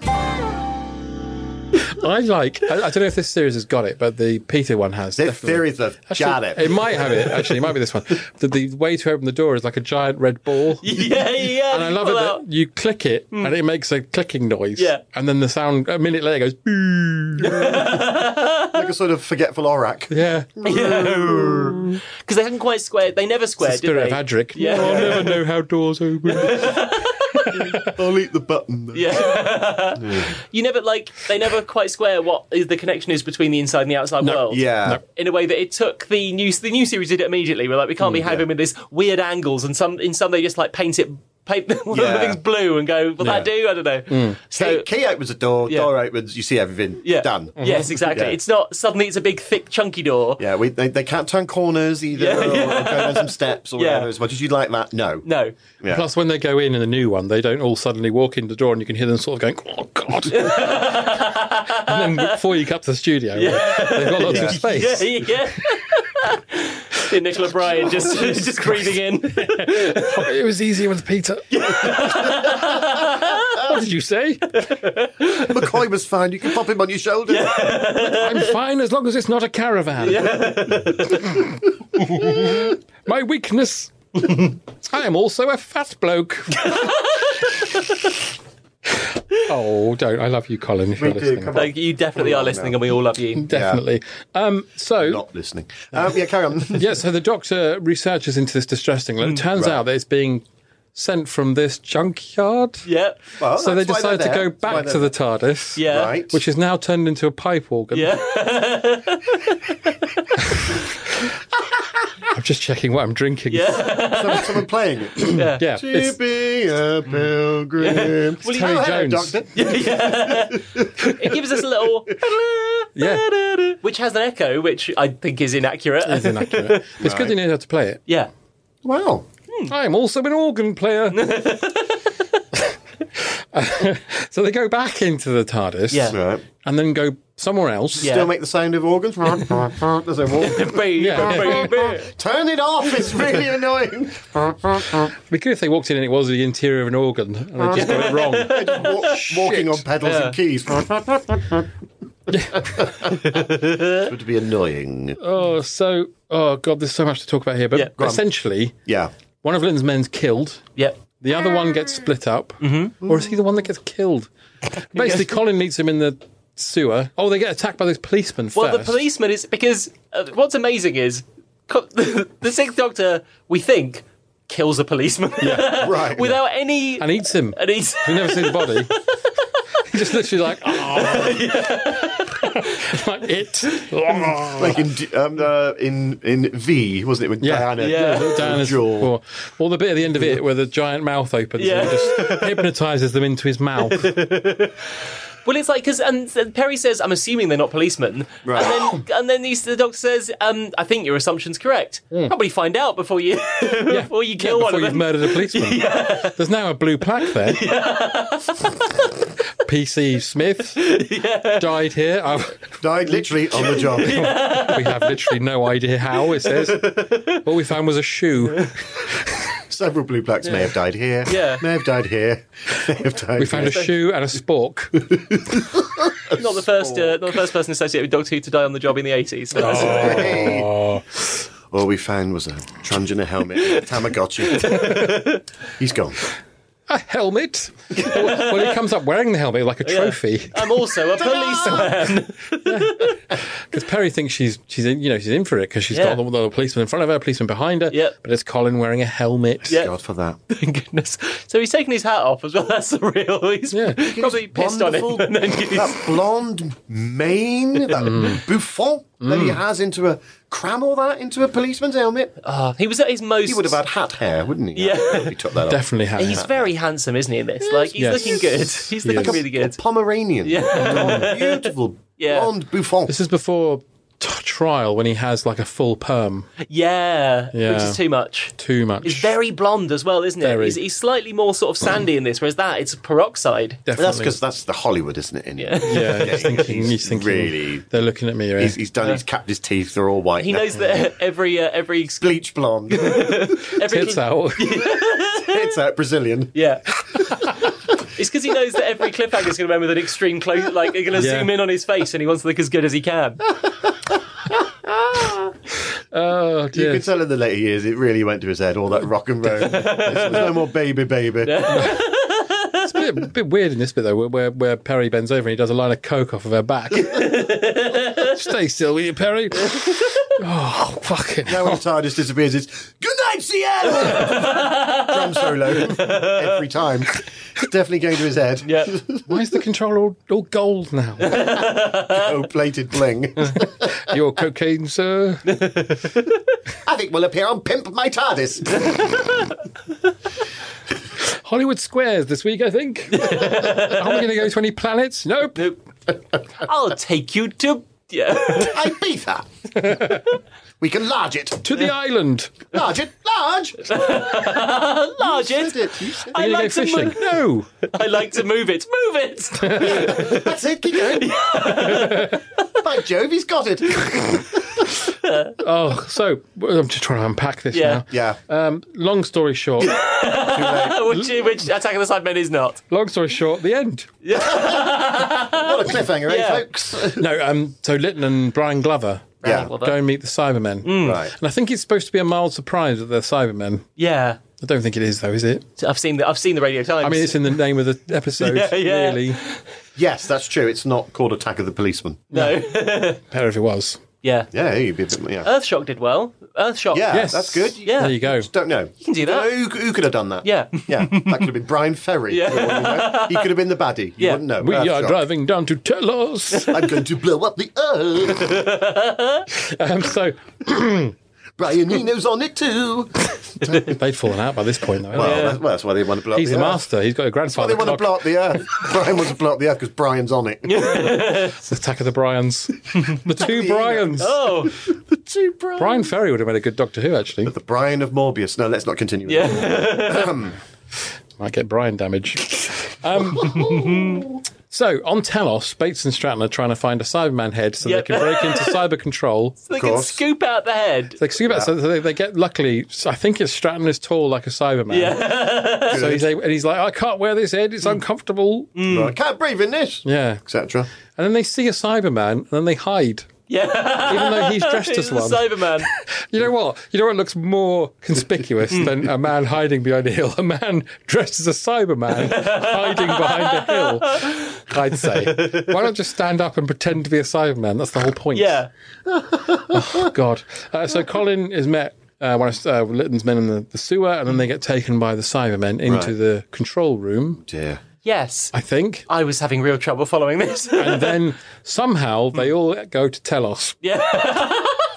I like. I, I don't know if this series has got it, but the Peter one has. Their definitely. theories have Actually, got it. It might have it. Actually, it might be this one. The, the way to open the door is like a giant red ball. yeah, yeah. And I love it Pull that out. Hmm. you click it and it makes a clicking noise. Yeah. And then the sound a minute later goes. "Boo." Like a sort of forgetful Aurak. yeah. Because they hadn't quite squared. They never The squared, did spirit they? of Adric. Yeah. No, I'll never know how doors open. I'll eat the button. Yeah. you never like they never quite square what is the connection is between the inside and the outside world. Yeah. In a way that it took the new the new series did it immediately. We're like we can't be having with this weird angles and some in some they just like paint it paint one of Yeah. the things blue and go will that do I don't know. So Key, key opens a door, Yeah. door opens, you see everything. yeah. Mm-hmm. Done. Yes, exactly. Yeah. It's not suddenly it's a big thick chunky door. Yeah, we, they, they can't turn corners either, Yeah, or, yeah. or go down some steps or Yeah. whatever. As much as you'd like that, no. No. Yeah. Plus, when they go in in the new one, they don't all suddenly walk in the door and you can hear them sort of going, oh, God. and then before you come to the studio, they've got lots of space. Yeah, yeah. Yeah, Nicola Bryan just just breathing in. It was easier with Peter. what did you say? McCoy was fine. You can pop him on your shoulder. I'm fine as long as it's not a caravan. My weakness. I am also a fat bloke. oh, don't. I love you, Colin, if We you're do, listening. come on. Like, you definitely are listening, and we all love Mm. you. Definitely. Um, so, Not listening. Um, yeah, carry on. yeah, so the doctor researches into this distress thing. Mm, and It turns out that it's being sent from this junkyard. Yeah. Well, so they Oh, that's why decide to they're go there. That's why back to the they're TARDIS, Yeah. there. Right. which is now turned into a pipe organ. Yeah. I'm just checking what I'm drinking. Yeah. someone, someone playing it. Yeah, it's- to be a pilgrim. Well, you Terry know how- Jones. Doctor. yeah. it gives us a little Yeah. which has an echo which i think is inaccurate It's inaccurate. It's good they knew how to play it. yeah Wow. I'm also an organ player. so they go back into the TARDIS Yeah. Right. and then go somewhere else. Uh, Still make the sound of organs. As I walk. Turn it off. It's really annoying. It'd be good if they walked in and it was the interior of an organ and they just got it wrong. walking on pedals Yeah. and keys. it would be annoying. Oh, so oh god, there's so much to talk about here. But go on. essentially, yeah, one of Linton's men's killed. Yep. The other one gets split up, mm-hmm. or is he the one that gets killed? Basically, Colin meets him in the sewer. Oh, they get attacked by those policemen Well, first. the policeman is because uh, what's amazing is co- the Sixth Doctor. We think kills a policeman, Yeah, right. without any and eats him. And eats. We never see the body. He's just literally like, oh. like it. like in D- um, uh, in in V, wasn't it with Diana? Diana's jaw. Or, or the bit at the end of it where the giant mouth opens and Yeah. he just hypnotizes them into his mouth. Well, it's like because and so Perry says, "I'm assuming they're not policemen," Right. and then and then he's, the doctor says, um, "I think your assumption's correct. Hmm. Probably find out before you before you kill one before of you've them." murdered a policeman. There's now a blue plaque there. PC Smith died here. died literally on the job. we have literally no idea how it says. All we found was a shoe. Several blue plaques may have died here. Yeah. may have died here. May have died We found a here. shoe and a spork. not the first uh, not the first person associated with Doctor Who to die on the job in the 80s. So that's- Oh. All we found was a transgender helmet, and a Tamagotchi. He's gone. A helmet? well, he comes up wearing the helmet like a trophy I'm also a policeman. because Perry thinks she's she's in, you know she's in for it because she's Yeah. got the, the policeman in front of her, policeman behind her. But it's Colin wearing a helmet. Yeah. God for that. Thank goodness. So he's taken his hat off as well. That's the real. He's probably pissed on it. And then that blonde mane, that Mm. bouffant that he has into a cram all that into a policeman's helmet. Ah, he was at his most. He would have had hat hair, wouldn't he? Yeah. he took that off. Definitely hat He's hair. very handsome, isn't he? In this, like, he's Yes. looking good. He's He looking is. really good. Pomeranian. Yeah. Beautiful Yeah. blonde bouffant. This is before t- trial when he has like a full perm. Yeah, Yeah. which is too much. Too much. He's very blonde as well, isn't it? Very. He's, he's slightly more sort of sandy in this, whereas that it's peroxide. But that's because that's the Hollywood, isn't it? In yeah. Yeah, he's thinking. He's thinking. really. They're looking at me. Right? He's, he's done. He's capped his teeth. They're all white. he now. knows that every uh, every bleach blonde. every Tits out. it's that Brazilian. yeah. it's because he knows that every cliffhanger is going to end with an extreme close, like they're going to Yeah. zoom in on his face, and he wants to look as good as he can. Oh You dear. could tell in the later years it really went to his head, all that rock and roll. There's no more baby, baby. It's a bit, bit weird in this bit though, where, where where Perry bends over and he does a line of coke off of her back. Stay still, will you, Perry? oh fucking. Now when the TARDIS disappears, it's good night, Seattle. Drum solo every time. It's definitely going to his head. Yeah. Why is the controller all, all gold now? Gold Oh, plated bling. Your cocaine, sir. I think we'll appear on Pimp My TARDIS. Hollywood Squares this week, I think. Are we going to go to any planets? Nope. I'll take you to yeah. Ibiza. we can large it. To the island. Large it. Large. Large it. Are I you going like to to go fishing? move. No. I like to move it. Move it. That's it. Keep going. By Jove, he's got it. Oh, so well, I'm just trying to unpack this Yeah. Yeah. now. Um, long story short, which, which Attack of the Sidemen is not. long story short, the end. What a cliffhanger, Yeah. eh, folks? No, um, so Litton and Brian Glover Yeah. Glover. go and meet the Cybermen. Mm. Hmm. Right. And I think it's supposed to be a mild surprise that they're Cybermen. Yeah. I don't think it is, though, is it? I've seen the I've seen the Radio Times. I mean, it's in the name of the episode, Yeah, yeah. really. Yes, that's true. It's not called Attack of the Policeman. no. Better if it was. yeah. Yeah, you'd be a bit. Yeah. Earthshock did well. Earthshock. yeah, Yes. Ah, that's good. Yeah. There you go. Don't know. You can do that. Who, who could have done that? Yeah. Yeah, that could have been Brian Ferry. Yeah. for all you know. He could have been the baddie. You Yeah. wouldn't know. We Earth are shock. driving down to Telos. I'm going to blow up the earth. um, so Brian Eno's on it too. They'd fallen out by this point, though. Well, that's, well, that's why they want to blow up He's the, the earth. master. He's got a That's why grandfather they want to clock. blow up the earth. Brian wants to blow up the earth because Brian's on it. It's the Attack of the Bryans. the two Bryans. Oh, the two Bryans. Brian Ferry would have made a good Doctor Who, actually. the Brian of Morbius. No, let's not continue. Yeah. Might get Brian damage. Um, so on Telos, Bates and Stratton are trying to find a Cyberman head so Yep. they can break into cyber control. So they can scoop out the head. They scoop out, so they, they get. Luckily, I think it's Stratton is tall like a Cyberman. Yeah. Mm. So he's a, and he's like, I can't wear this head; it's uncomfortable. Right, can't breathe in this. Yeah, etc. And then they see a Cyberman, and then they hide. Yeah. Even though he's dressed as He's a one. Cyberman. You know what? You know what looks more conspicuous Mm. than a man hiding behind a hill? A man dressed as a Cyberman hiding behind a hill. I'd say. Why not just stand up and pretend to be a Cyberman? That's the whole point. Yeah. Oh, God. Uh, so Colin is met uh, one of uh, Litton's men in the, the sewer, and then they get taken by the Cybermen into Right. the control room. Dear. Yes. I think. I was having real trouble following this. and then somehow Hmm. they all go to Telos. Yeah.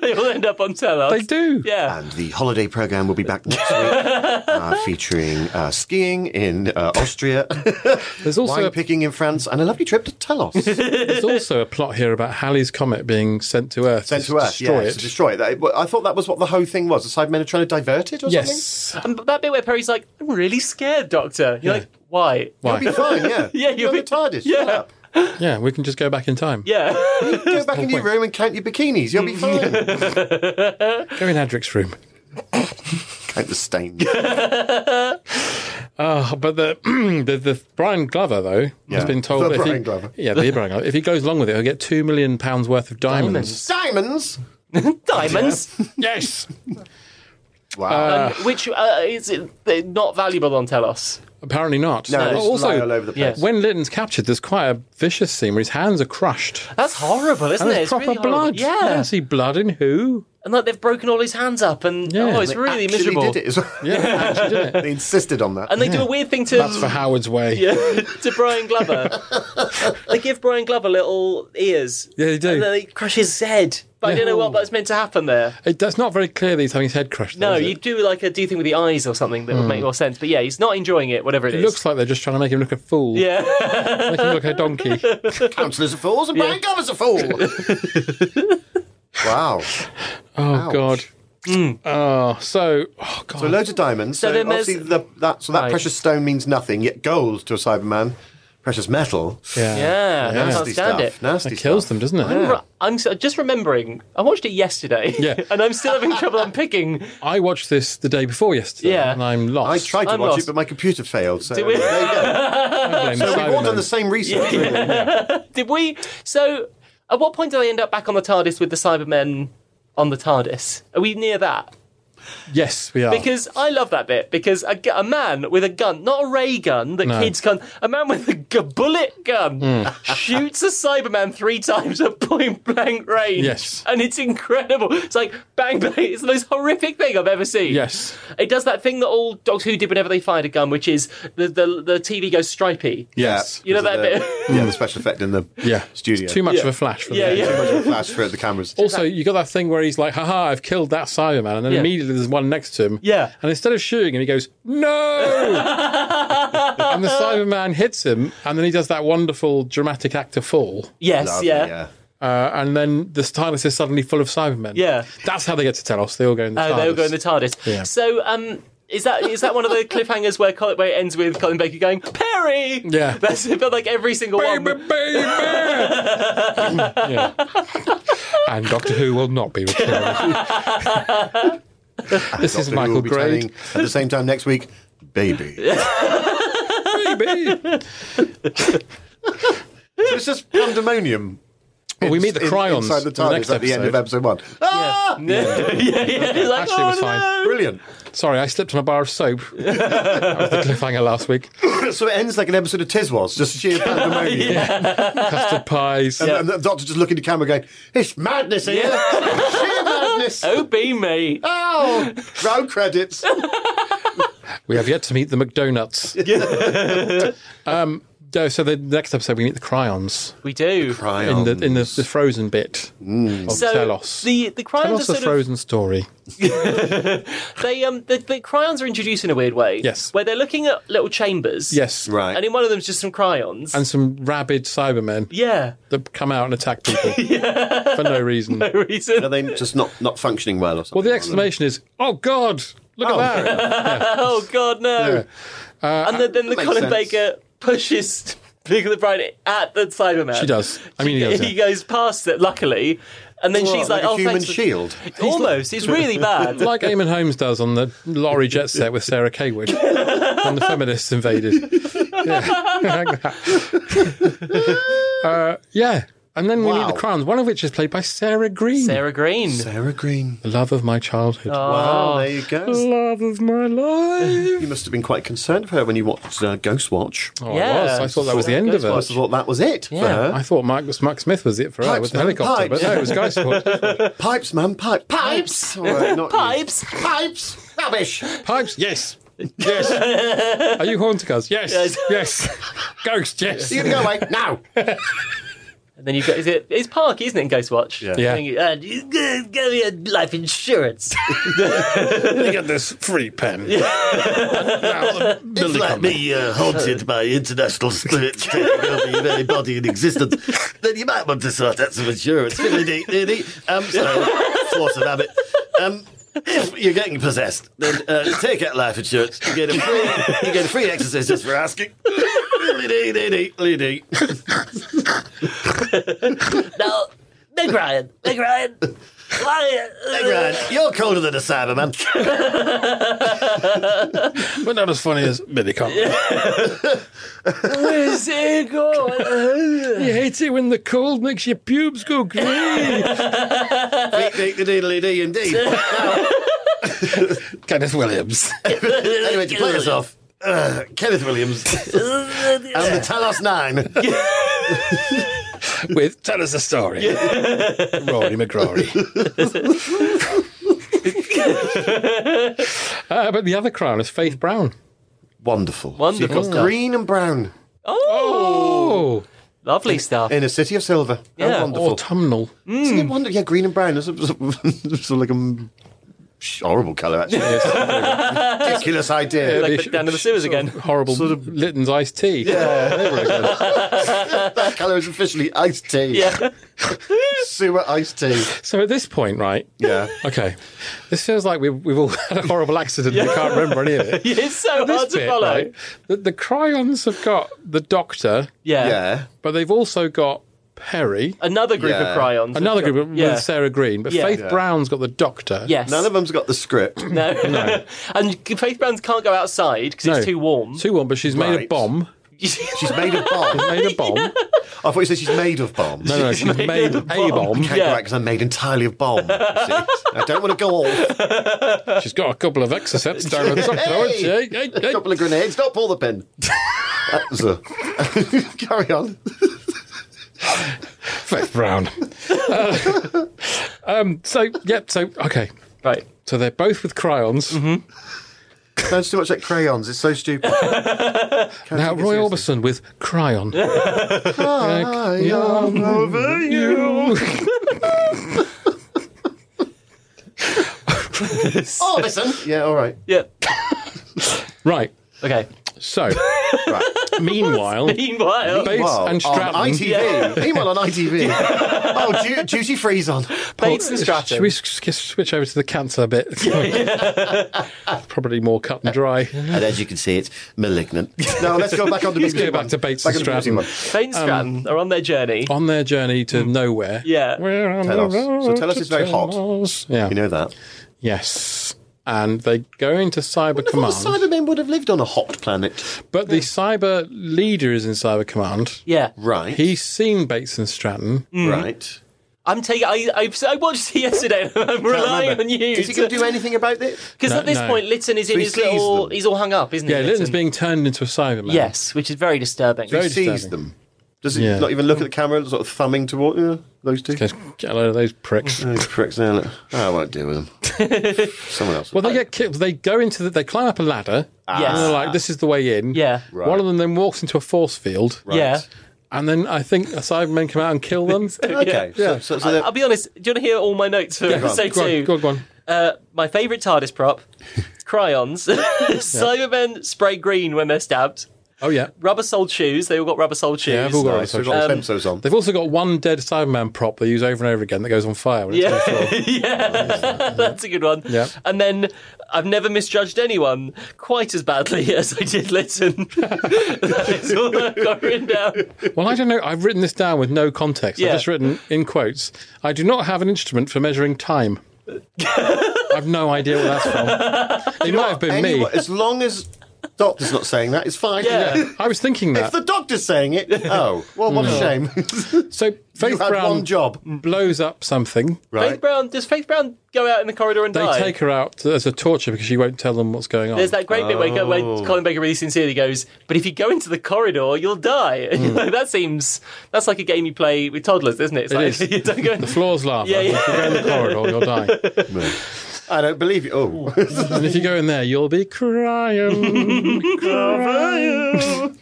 they all end up on Telos. They do. Yeah. And the holiday program will be back next week, uh, featuring uh, skiing in uh, Austria, There's also wine a- picking in France, and a lovely trip to Telos. There's also a plot here about Halley's Comet being sent to Earth. Sent to Earth, destroy yes, it. to destroy it. That- I thought that was what the whole thing was. The Sidemen are trying to divert it or Yes. something? And that bit where Perry's like, I'm really scared, Doctor. You're like, why? Why? You'll be fine, yeah. yeah, you'll be TARDIS. Yeah. Yeah, we can just go back in time. Yeah. Go back into your room and count your bikinis. You'll be fine. Go in Adric's room. count the stain. Uh, but the, the the Brian Glover though has Yeah. been told The that if Brian he, Glover. yeah, the Brian Glover. If he goes along with it, he'll get two million pounds worth of diamonds. Diamonds? Diamonds? yes. Wow. Uh, and which uh, is it, they're not valuable on Telos. Apparently not. No, they But just lie all over the place. When Lytton's captured, there's quite a vicious scene where his hands are crushed. That's horrible, isn't and it? there's It's proper really horrible. blood. Yeah. I see blood in who? And like they've broken all his hands up, and oh, it's They really actually miserable. Did it as well. Yeah, actually did it. They insisted on that. And they do a weird thing to That's for Howard's way. Yeah, to Brian Glover. they give Brian Glover little ears. Yeah, they do. And then they crush his head. But I don't know what that's meant to happen there. It, that's not very clear that he's having his head crushed. though, No, is it? you do like a do thing with the eyes or something that would Hmm. make more sense. But yeah, he's not enjoying it, whatever it It is. looks like they're just trying to make him look a fool. yeah. Make him look a donkey. Councillors are fools and Brian Glover's a fool. wow. Oh Ouch. God. Oh, so oh God. So loads of diamonds. So So, then there's- obviously the, that so that Right. precious stone means nothing. Yet gold to a Cyberman, precious metal. Yeah. Yeah, I can't nasty stand stuff. it. Nasty It kills them, doesn't it? I'm, ri- I'm so- just remembering. I watched it yesterday, Yeah. and I'm still having trouble unpicking. I watched this the day before yesterday, Yeah. and I'm lost. I tried to I'm watch lost. it, but my computer failed. So Did we- there you go. so we've all done the same research. really. Did we? So, at what point do they end up back on the TARDIS with the Cybermen on the TARDIS? Are we near that? Yes, we are. Because I love that bit. Because a, gu- a man with a gun, not a ray gun that No. Hmm. kids can, a man with a gu- bullet gun shoots a Cyberman three times at point blank range. Yes. And it's incredible. It's like bang, bang. It's the most horrific thing I've ever seen. Yes. It does that thing that all Doctor Who did whenever they fired a gun, which is the, the, the TV goes stripy. Yes, You know because that of bit. the, Yeah, the special effect in the yeah studio. Too much Yeah. of a flash for Yeah, the yeah. Too much of a flash for the cameras. Also, you got that thing where he's like, haha, I've killed that Cyberman, and then Yeah. immediately there's one next to him. Yeah. And instead of shooting him, he goes, no! and the Cyberman hits him, and then he does that wonderful dramatic act of fall. Yes, yeah. Uh, and then the TARDIS is suddenly full of Cybermen. Yeah. That's how they get to Telos. They all go in the Oh, TARDIS. they will go in the TARDIS. Yeah. So, um, is that is that one of the cliffhangers where Colin, where it ends with Colin Baker going Perry? Yeah. that's it. But like every single one. and Doctor Who will not be returned. this is Doctor Who will Michael be Grade. turning At the same time next week, baby. so Baby. it's just pandemonium. Well, we meet the In- Cryons inside the in the TARDIS next at the end of episode one. Ah! yeah, yeah, yeah. Like, Actually, it was oh, fine. no. Brilliant. Sorry, I slipped on a bar of soap. that was the cliffhanger last week. so it ends like an episode of Tiswas, just sheer pandemonium. Custard pies. And, and the doctor just looking at the camera going, it's madness here. sheer madness. Oh, be me. Ah. Oh, round credits. We have yet to meet the McDonuts. um, Oh, so the next episode we meet the Cryons. We do. The Cryons. In the, in the, the frozen bit of So Telos. the the cryons Tell are us the sort of, frozen story. they um the, the cryons are introduced in a weird way. Yes, where they're looking at little chambers. Yes. Right. and in one of them's just some cryons. And some rabid Cybermen. Yeah. That come out and attack people for no reason. No reason. Are they just not, not functioning well or something? Well, the exclamation is, oh, God, look Oh, at fair that. oh God, no! and then, then Uh, the makes Colin sense. Baker pushes Big the Bride at the Cyberman. She does. I mean, he does, yeah. past it, luckily, and then What, she's like, like a "Oh, human thanks for-" shield? Almost. It's really bad. like Eamon Holmes does on the lorry jet set with Sarah Kaywood when the feminists invaded. Uh, yeah. And then we meet the Crowns, one of which is played by Sarah Green. Sarah Green. Sarah Oh. Green. The love of my childhood. Wow, there you go. Love of my life. You must have been quite concerned for her when you watched uh, Ghost Watch. Oh, I was. I thought that was the end of it. I thought that was it for her. I thought Mark, Mark Smith was it for her Pipes, with the man, helicopter, but pipes. no, it was Guy Sport. Pipes, man, pipe. Pipes! All right, not you. Pipes. Pipes! Rubbish! Pipes, yes. Yes. Are you haunting us? Yes. Yes. Ghost, yes. You can go away now. And then you get is it it's Park, isn't it? In Ghostwatch, Yeah. And you- and you get get me a life insurance. you get this free pen. It's like me uh, haunted by international spirits taking over your very body and existence. Then you might want to sort out some insurance. Fiddly-dee-dee-dee. um, sorry, force of habit. Um, if you're getting possessed, then uh, take out life insurance. You get a free, you get a free exercise just for asking. Fiddly-dee-dee-dee-dee. no, Meg Ryan, Meg Ryan, why? Meg Ryan, you're colder than a Cyberman. but not as funny as Billy Connolly. Where's it going? You hate it when the cold makes your pubes go green. Fiddly-dee-dee-dee, indeed. Kenneth Williams. anyway, to play us off, uh, Kenneth Williams and the Talos Nine. With Tell Us a Story. Rory McGrory. uh, but the other crown is Faith Brown. Wonderful. Wonderful So you've got stuff. green and brown. Oh, lovely stuff. In a city of silver. How Oh, Yeah. wonderful. Autumnal. Isn't it wonderful? Yeah, green and brown. It's, it's, it's like a mm, sh- horrible colour, actually. Ridiculous idea. Like put down to the sewers again. Horrible sort of Litton's iced tea. that colour is officially iced tea. Yeah. Sewer iced tea. So at this point, right? Yeah. Okay. This feels like we've, we've all had a horrible accident and we can't remember any of it. It's so At this hard to bit, follow. right, the, the Cryons have got the Doctor. Yeah. Yeah. But they've also got Perry. Another group of Cryons. Another They've group got- with yeah. Sarah Green. But Yeah. Faith Yeah. Brown's got the Doctor. Yes. None of them's got the script. No. and Faith Brands can't go outside because it's too warm. Too warm, but she's made a Right. bomb. She's made of bomb. She's made a bomb. I thought you said she's made of bombs. No, no, she's She's made made of a bomb. bomb. I can't Yeah. go because I'm made entirely of bomb. you see. I don't want to go off. She's got a couple of exocets down her throat, hasn't she? Hey! A couple of grenades. Don't pull the pin. That was a- Carry on. Faith Brown. Uh, um, so, yep, so, okay. Right. So they're both with Cryons. Sounds too much like crayons. It's so stupid. Now, Roy Orbison with Cryon. Cryon over you. Oh, Orbison. Yeah, all right. Yeah. Right. Okay. So, meanwhile, Meanwhile. Bates Meanwhile, and Stratton. on ITV. Meanwhile on ITV. oh, du- duty free's on. Bates and Stratton. Should we s- s- switch over to the cancer bit? Probably more cut and dry. And as you can see, it's malignant. No, let's go back on the Let's BBC go back one. to Bates Back and on the BBC Stratton. one. um, Bates and Stratton are on their journey. On their journey Hmm. to nowhere. Yeah. Telos. So Telos is very hot. Yeah. You know that. Yes. And they go into Cyber The Command. Cybermen would have lived on a hot planet. But the cyber leader is in Cyber Command. Yeah. Right. He's seen Bates and Stratton. Hmm. Mm. Right. I'm taking. I, I, so I watched it yesterday. and I'm relying remember. on you. Is he gonna do anything about it? Because No, at this no. point, Litton is So in he his sees little. them. He's all hung up, isn't Yeah, he? Lytton's being turned into a Cyberman. Yes, which is very disturbing. Very disturbing. Does he Yeah. not even look at the camera, sort of thumbing toward yeah, those two? Oh, Get a load of those pricks. Those pricks now. look. Oh, I won't deal with them. Someone else. Well, they get killed. They go into the. They climb up a ladder. Yes. And they're like, "This is the way in." Yeah. Right. One of them then walks into a force field. Right. Yeah. And then I think a Cybermen come out and kill them. Okay. Yeah. So, so, I, so I'll be honest. Do you want to hear all my notes for Yeah, go on. episode Go on, two? go on, go on. Uh, my favourite TARDIS prop: cryons, Cybermen spray green when they're stabbed. Oh yeah. Rubber soled shoes. They all got rubber soled shoes. Yeah, I've all got rubber social- They've also got one dead Cyberman prop they use over and over again that goes on fire. When it's Yeah, on the floor. yeah, that's a good one. Yeah. And then I've never misjudged anyone quite as badly as I did Litton. that's all I've got written down. Well, I don't know. I've written this down with no context. Yeah. I've just written in quotes. I do not have an instrument for measuring time. I've no idea what that's from. It might have been anyway, me. as long as Doctor's not saying that, it's fine. I was thinking If that. the doctor's saying it, oh, well, what a No. shame. so Faith you had Brown one job. blows up something. Faith Brown. Does Faith Brown go out in the corridor and They die? take her out as a torture because she won't tell them what's going on. There's that great bit where, he go- where Oh. Colin Baker really sincerely goes, "But if you go into the corridor, you'll die." And you're like, that seems that's like a game you play with toddlers, isn't it? It's Hmm. It is. like, you don't go. The floor's lava. Yeah, yeah. If you go in the corridor, you'll die. I don't believe you. Oh. and if you go in there, you'll be crying. crying.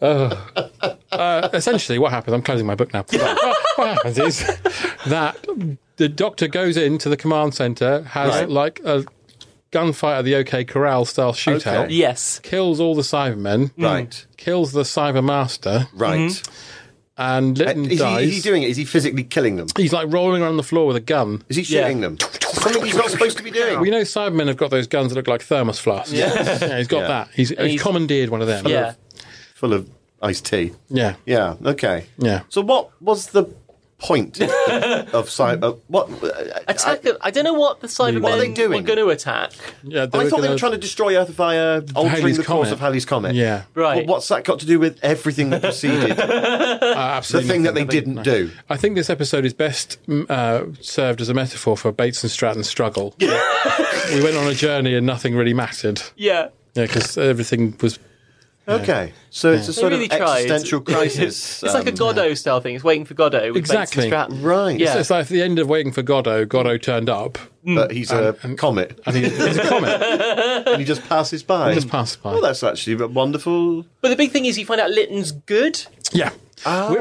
Oh. Uh, essentially, what happens? I'm closing my book now. what happens is that the doctor goes into the command center, has Right. like a gunfight at the OK Corral style shootout. Okay. Yes. Kills all the Cybermen. Right. Kills the Cybermaster. Right. And Litton Uh, Is he, dies. is he doing it? Is he physically killing them? He's like rolling around the floor with a gun. Is he shooting them? Something he's not supposed to be doing. We know Cybermen have got those guns that look like thermos flasks. Yeah. Yeah, he's got Yeah. that. He's, And he's he's- commandeered one of them. Full of- full of iced tea. Yeah. Yeah. Okay. Yeah. So what was the point of, of Cy- uh, what Attack them. I don't know what the Cybermen What are they doing? were going to attack. Yeah, I thought they were trying to destroy Earth via altering Halley's the course Comet. of Halley's comet. Yeah. Right. Well, what's that got to do with everything that preceded? absolutely The thing that nothing. they didn't do. I think this episode is best mm, uh, served as a metaphor for Bates and Stratton's struggle. we went on a journey and nothing really mattered. Yeah. Yeah, because everything was. yeah. Okay. So it's a They sort really of tried. existential crisis. it's like a um, Godot style thing. It's waiting for Godot. With Exactly. Right. It's, it's like at the end of Waiting for Godot, Godot turned up. But he's a comet. Mm. And he, he's a comet. and he just passes by. He just passes by. Well, that's actually a wonderful. But the big thing is you find out Litton's good. Yeah. Oh.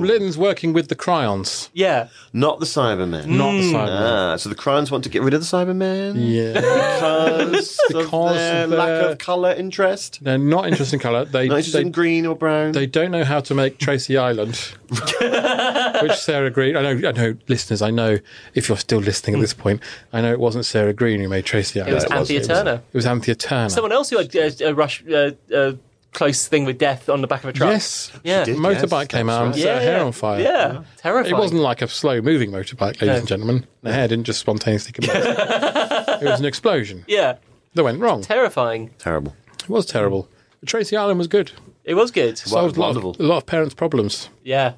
Lynn's working with the Cryons. Yeah. Not the Cybermen. Not the Mm. Cybermen. Ah, so the Cryons want to get rid of the Cybermen? Yeah. Because, of Because their of lack their- of colour interest? They're not interested in colour. They, Not interested they- in green or brown? They don't know how to make Tracy Island, which Sarah Green. I know, I know, listeners. I know if you're still listening at this point, I know it wasn't Sarah Green who made Tracy Island. was Anthea Turner. It was Anthea Turner. Someone else who had a, a rush, uh, a close thing with death on the back of a truck. Yes, Yeah. motorbike came out and set her hair on fire. Yeah. Terrifying. It wasn't like a slow moving motorbike, ladies No. and gentlemen. The hair didn't just spontaneously combust. it was an explosion Yeah. that went wrong. Terrifying. Terrible. It was terrible. But Tracy Island was good. It was good. Solved a lot, of, a lot of parents' problems. Yeah. Do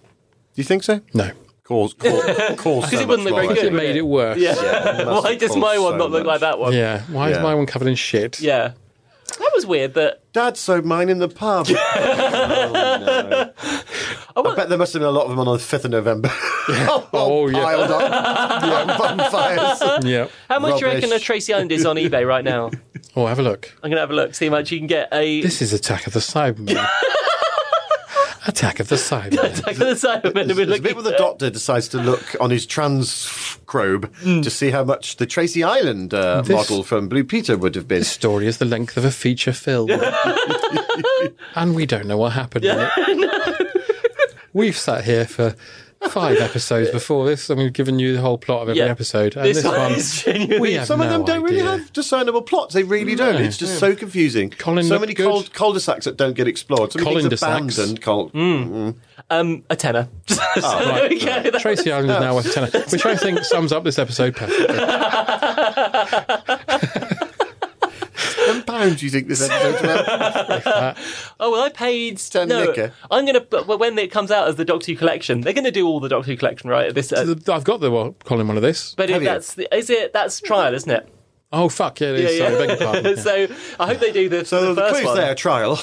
you think so? No. Cause, cause, cause Because it wouldn't look very good. It would made it worse. Yeah. Yeah, it must Why have does caused my one so not look like that one? Yeah. Why is Yeah. my one covered in shit? Yeah. That was weird. That Dad sewed mine in the pub. Oh, no. I bet there must have been a lot of them on the 5th of November. oh, yeah. Piled up. yeah, bonfires. Yeah. How much do you reckon a Rubbish. Tracy Island is on eBay right now? Oh, have a look. I'm gonna have a look. See how much you can get eh? a This is Attack of the Cybermen. Attack of the Cybermen. Attack of the Cybermen. There's a bit where the doctor decides to look on his trans probe to see how much the Tracy Island uh, Hmm. This- model from Blue Peter would have been. This story is the length of a feature film. and we don't know what happened in it. We've sat here for five episodes before this, and we've given you the whole plot of every Yeah. episode. And This this, one one, is genuinely- we have Some of no them don't really idea. have discernible plots. They really don't. No. It's just Yeah. so confusing. Colin so looked many good. cul- cul-de-sacs that don't get explored. So many things Cul-de-sacs. abandoned. Cul- Mm. Um, a tenner. So there we go. That Tracy Island is now worth ten, which I think sums up this episode perfectly. Ten pounds. You think this episode's worth? Oh well, I paid. Ten no, knicker. I'm gonna. But when it comes out as the Doctor Who collection, they're gonna do all the Doctor Who collection, right? At this, uh, I've got the one- Colin one of this. but if that's the, is it that's trial, isn't it? Oh fuck! Yeah, it is. Sorry, beg your pardon. Yeah. so I hope they do the, so the, the first clue's one. there, trial.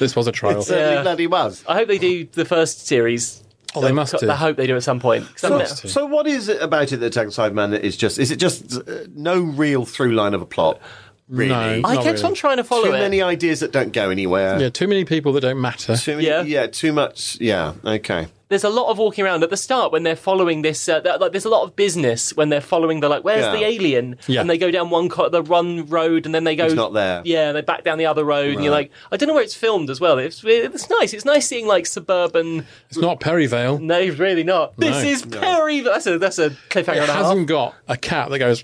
this was a trial. It certainly bloody was. I hope they do the first series. Oh, they must do. I hope they do at some point. 'Cause So, I'm- so what is it about it that Attack of the Cyberman that is just? Is it just uh, no real through line of a plot? Really, I kept on trying to follow Too it. many ideas that don't go anywhere. Yeah, too many people that don't matter. Too many, yeah. too much. Yeah, okay. there's a lot of walking around at the start when they're following this. Uh, that, like, there's a lot of business when they're following the like, where's Yeah. the alien? Yeah. And they go down one co- the run road, and then they go. He's not there. Yeah, they back down the other road, and you're Right. like, I don't know where it's filmed as well. It's it's nice. It's nice seeing like suburban. It's not Perryvale. No, really not. No. This is No. Perry. That's a that's a cliffhanger. It and a half. hasn't got a cat that goes.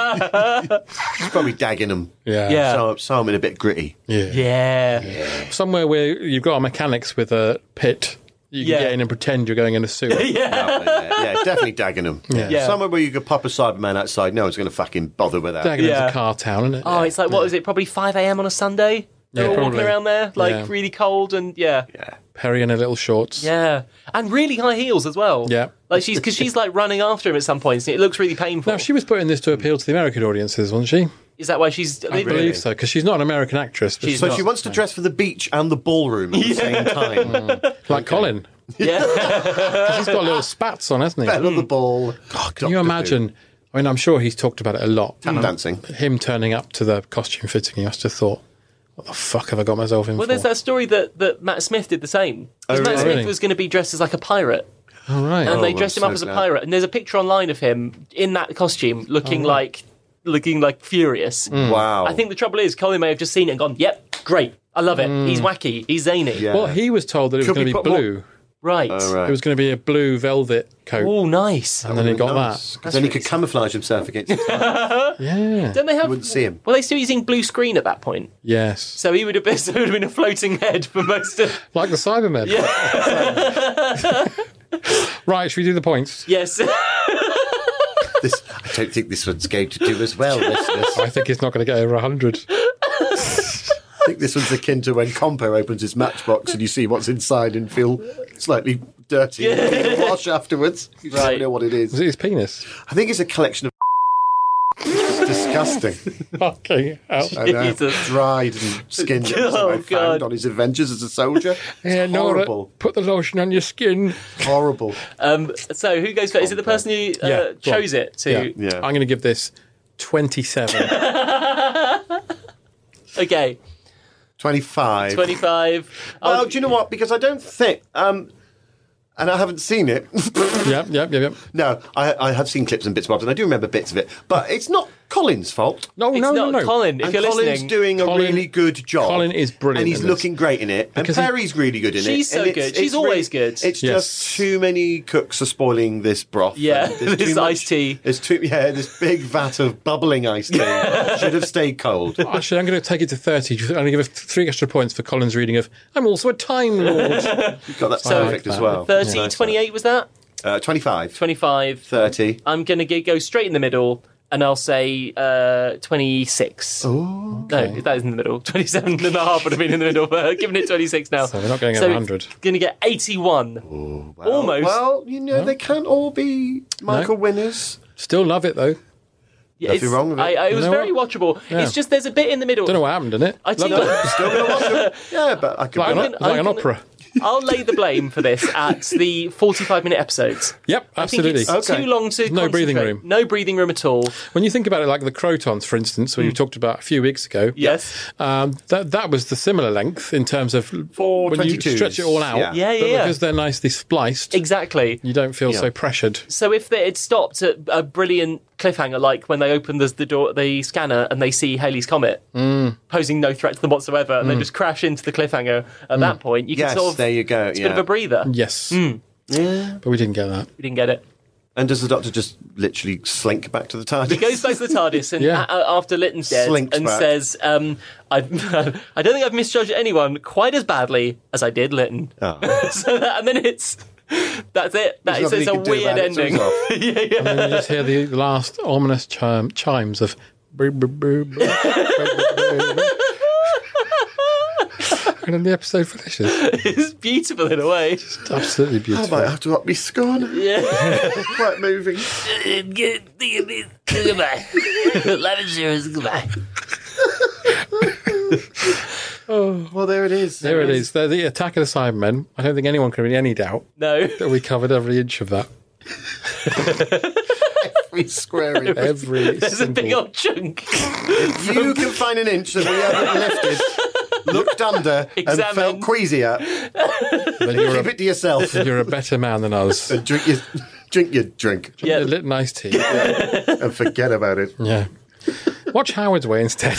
It's probably dagging them. Yeah. Yeah. So, so I'm in a bit gritty. Yeah. Yeah. Somewhere where you've got a mechanics with a pit, you can Yeah. get in and pretend you're going in a sewer. yeah. yeah, definitely Dagenham. Yeah. Yeah. Somewhere where you could pop a Cyberman outside, no one's going to fucking bother with that. Dagenham's a car town, isn't it? Oh, it's like what is it? Probably five a.m. on a Sunday. They're Yeah, all walking probably. around there, like Yeah. really cold, and yeah, yeah, Perry in her little shorts. and really high heels as well. Yeah. like she's because she's like running after him at some points, and it looks really painful. Now, she was putting this to appeal to the American audiences, wasn't she? Is that why she's? I believe so, because she's not an American actress. But so she wants to dress for the beach and the ballroom at the same time. Like Colin. Yeah. 'Cause he's got little spats on, hasn't he? Bell on the ball. God, can you imagine? Mm. I mean, I'm sure he's talked about it a lot. Tap dancing. Him turning up to the costume fitting, he must have thought, what the fuck have I got myself in Well, for? there's that story that, that Matt Smith did the same. 'Cause Oh, Matt really? Smith Really? was going to be dressed as like a pirate, All right. and they dressed him up as a pirate. And there's a picture online of him in that costume, looking Oh, right. like looking like furious. Mm. Wow. I think the trouble is, Colin may have just seen it and gone, "Yep, great, I love it. He's Mm. wacky. He's zany." Well, he was told that it was Could going we to be put more- blue. Right. It was going to be a blue velvet coat. Oh, nice. And then he got that. Because then he could camouflage himself against the Yeah. Don't they have? wouldn't see him. Well, they still using blue screen at that point, Yes. so he would have been, so he would have been a floating head for most of. Like the Cybermen. Right, should we do the points? yes. This, I don't think this one's going to do as well, listeners. I think it's not going to get over 100. I think this one's akin to when Compo opens his matchbox and you see what's inside and feel slightly dirty and wash afterwards. You just don't know what it is. Is it his penis? I think it's a collection of. it's disgusting. Fucking hell. I know. Jesus. Dried and skinned. Oh, I found on his adventures as a soldier. Yeah, It's Nora, horrible. put the lotion on your skin. Horrible. Um, so who goes first? Is it the person who uh, yeah, go on. chose it to? Yeah. I'm going to give this 27. Okay, 25. twenty-five. Oh, Well, do you know what? Because I don't think. Um, and I haven't seen it. yep, yep, yep, yep. No, I, I have seen clips and bits and bobs, and I do remember bits of it. But it's not Colin's fault. No, It's no, no, not no. Colin, if and you're Colin's listening- doing a Colin- really good job. Colin is brilliant and he's in this. looking great in it. And Because he- Perry's really good in it. She's so and it's- good. She's it's always really- good. It's Yes. just too many cooks are spoiling this broth. Yeah, And there's this too much- iced tea. There's too yeah, this big vat of bubbling iced tea should have stayed cold. Actually, I'm going to take it to 30. I'm going to give it three extra points for Colin's reading of I'm also a Time Lord. You've got that So, perfect uh, as well. 30, Nice. 28 was that? Uh, 25, 25. 30. I'm going to go straight in the middle and I'll say uh, 26. Oh. No, that is in the middle. 27 and a half would have been in the middle, but giving it 26 now. So we're not going over 100. Going to get 81. Almost. Well, you know, they can't all be Michael winners. Still love it, though. Yeah, it's- wrong with it. I, I, it You was know very watchable. Yeah. It's just there's a bit in the middle. Don't know what happened in it. I tell you what- Yeah, but I could Like, an, I'm like gonna- an I'm opera. I'll lay the blame for this at the 45 minute episodes. Yep, absolutely. I think it's too long to No breathing concentrate. room. No breathing room at all. When you think about it, like the Crotons, for instance, Hmm. who you talked about a few weeks ago. Yes. Um, that that was the similar length in terms of when you 22s. stretch it all out. Yeah. Yeah, yeah, But yeah. because they're nicely spliced. Exactly. You don't feel Yeah. so pressured. So if they had stopped at a brilliant cliffhanger, like when they open the, the door, the scanner, and they see Haley's comet Mm. posing no threat to them whatsoever, and they Mm. just crash into the cliffhanger at that point, you can Yes, sort of there you go, It's a yeah. bit of a breather. Yes. Hmm. Yeah. But we didn't get that. We didn't get it. And does the doctor just literally slink back to the He TARDIS? goes back to the TARDIS and Yeah. a- a- after Litton's dead Slinks and back. says, um, I, "I don't think I've misjudged anyone quite as badly as I did Litton." Ah. so that, and then it's that's it. That There's is, it's a nothing you can weird do about it, ending. yeah, yeah. And then you just hear the last ominous chime, chimes of. brr, brr, brr, brr, brr, brr, brr, brr. and then the episode finishes. it's beautiful in a way. It's absolutely beautiful. I might have to up my score now. Yeah. It's quite moving. Goodbye. Love insurance. Goodbye. oh. Well, there it is. There it is. They're the attack of the Cybermen. I don't think anyone can be in any doubt. No. That we covered every inch of that. Every square inch. Every There's a big old chunk. If you can find an inch that we haven't lifted, looked under, and Examine. felt queasy at, Then you're keep a- it to yourself. You're a better man than us. and drink your drink your drink. Yeah, lit nice tea. and forget about it. Yeah. Watch Howard's Way instead.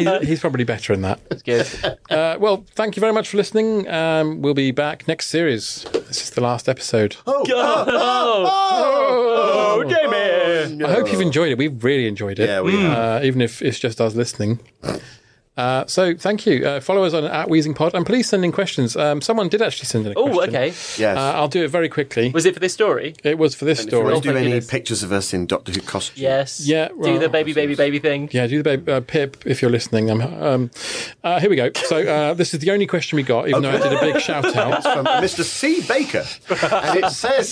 he's, he's probably better in that. good. Uh, well, thank you very much for listening. Um, we'll be back next series. This is the last episode. Oh, oh, oh, Jamie. I hope you've enjoyed it. We've really enjoyed it. Yeah, we Uh, even if it's just us listening. Uh, so thank you. Uh, follow us on at Wheezing Pod, and please send in questions. Um, someone did actually send in. a Oh, question. okay. Yes. Uh, Oh I'll do it very quickly. Was it for this story? It was for this If you story. want to do any pictures of us in Doctor Who costume, Yes. Yeah, Do well- the baby, baby, baby thing. Yeah, do the babe, uh, Pip if you're listening. Um, um, uh, here we go. So uh, this is the only question we got, even though I did a big shout out. it's from Mr. C. Baker, and it says,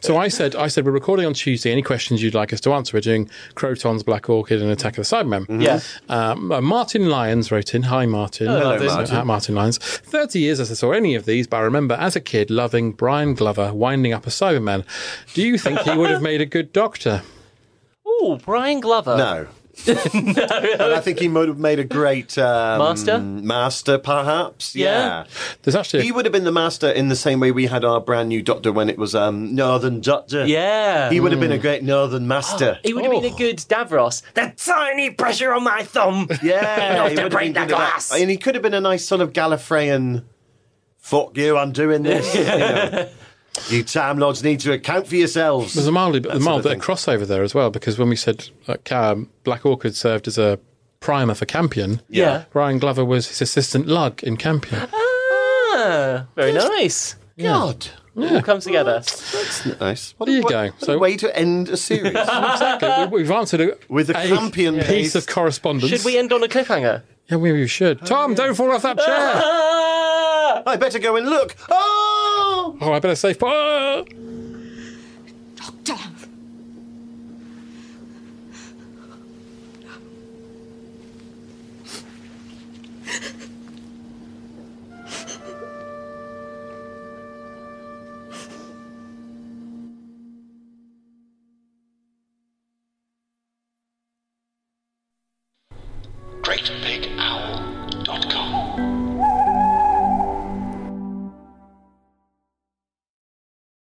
So I said, I said we're recording on Tuesday. Any questions you'd like us to answer? We're doing Crotons, Black Orchid, and Attack of the Cybermen. Yeah. Um, uh, Martin Lyons wrote in. Hi, Martin. Hello, Hello, Martin. Martin. At Martin Lyons. Thirty years as I saw any of these, but I remember as a kid loving Brian Glover winding up a Cyberman. Do you think he would have made a good doctor? Oh, Brian Glover. "No." and I think he would have made a great um, Master? Master, perhaps. Yeah. Yeah. There's actually he would have been the master in the same way we had our brand new Doctor when it was um, Northern Doctor. Yeah. Mm. He would have been a great Northern Master. Oh. He would have Oh. been a good Davros. That tiny pressure on my thumb. Yeah, Enough he to would've break been that good at glass. And he could have been a nice sort of Gallifreyan. Fuck you! I'm doing this. you, know. You Time Lords need to account for yourselves. There's a mildly, a That sort mild of bit of thing. crossover there as well because when we said like, um, Black Orchid served as a primer for Campion, Yeah. Brian Glover was his assistant Lug in Campion. Ah, very nice. God, All comes together. that's nice. What There a- you what- go. what a So- way to end a series. Okay, we, have answered a, With a Campion piece based- of correspondence. Should we end on a cliffhanger? Yeah, maybe we should. Tom, don't fall off that chair. Ah! I better go and look. Oh. oh, I better save. Ah!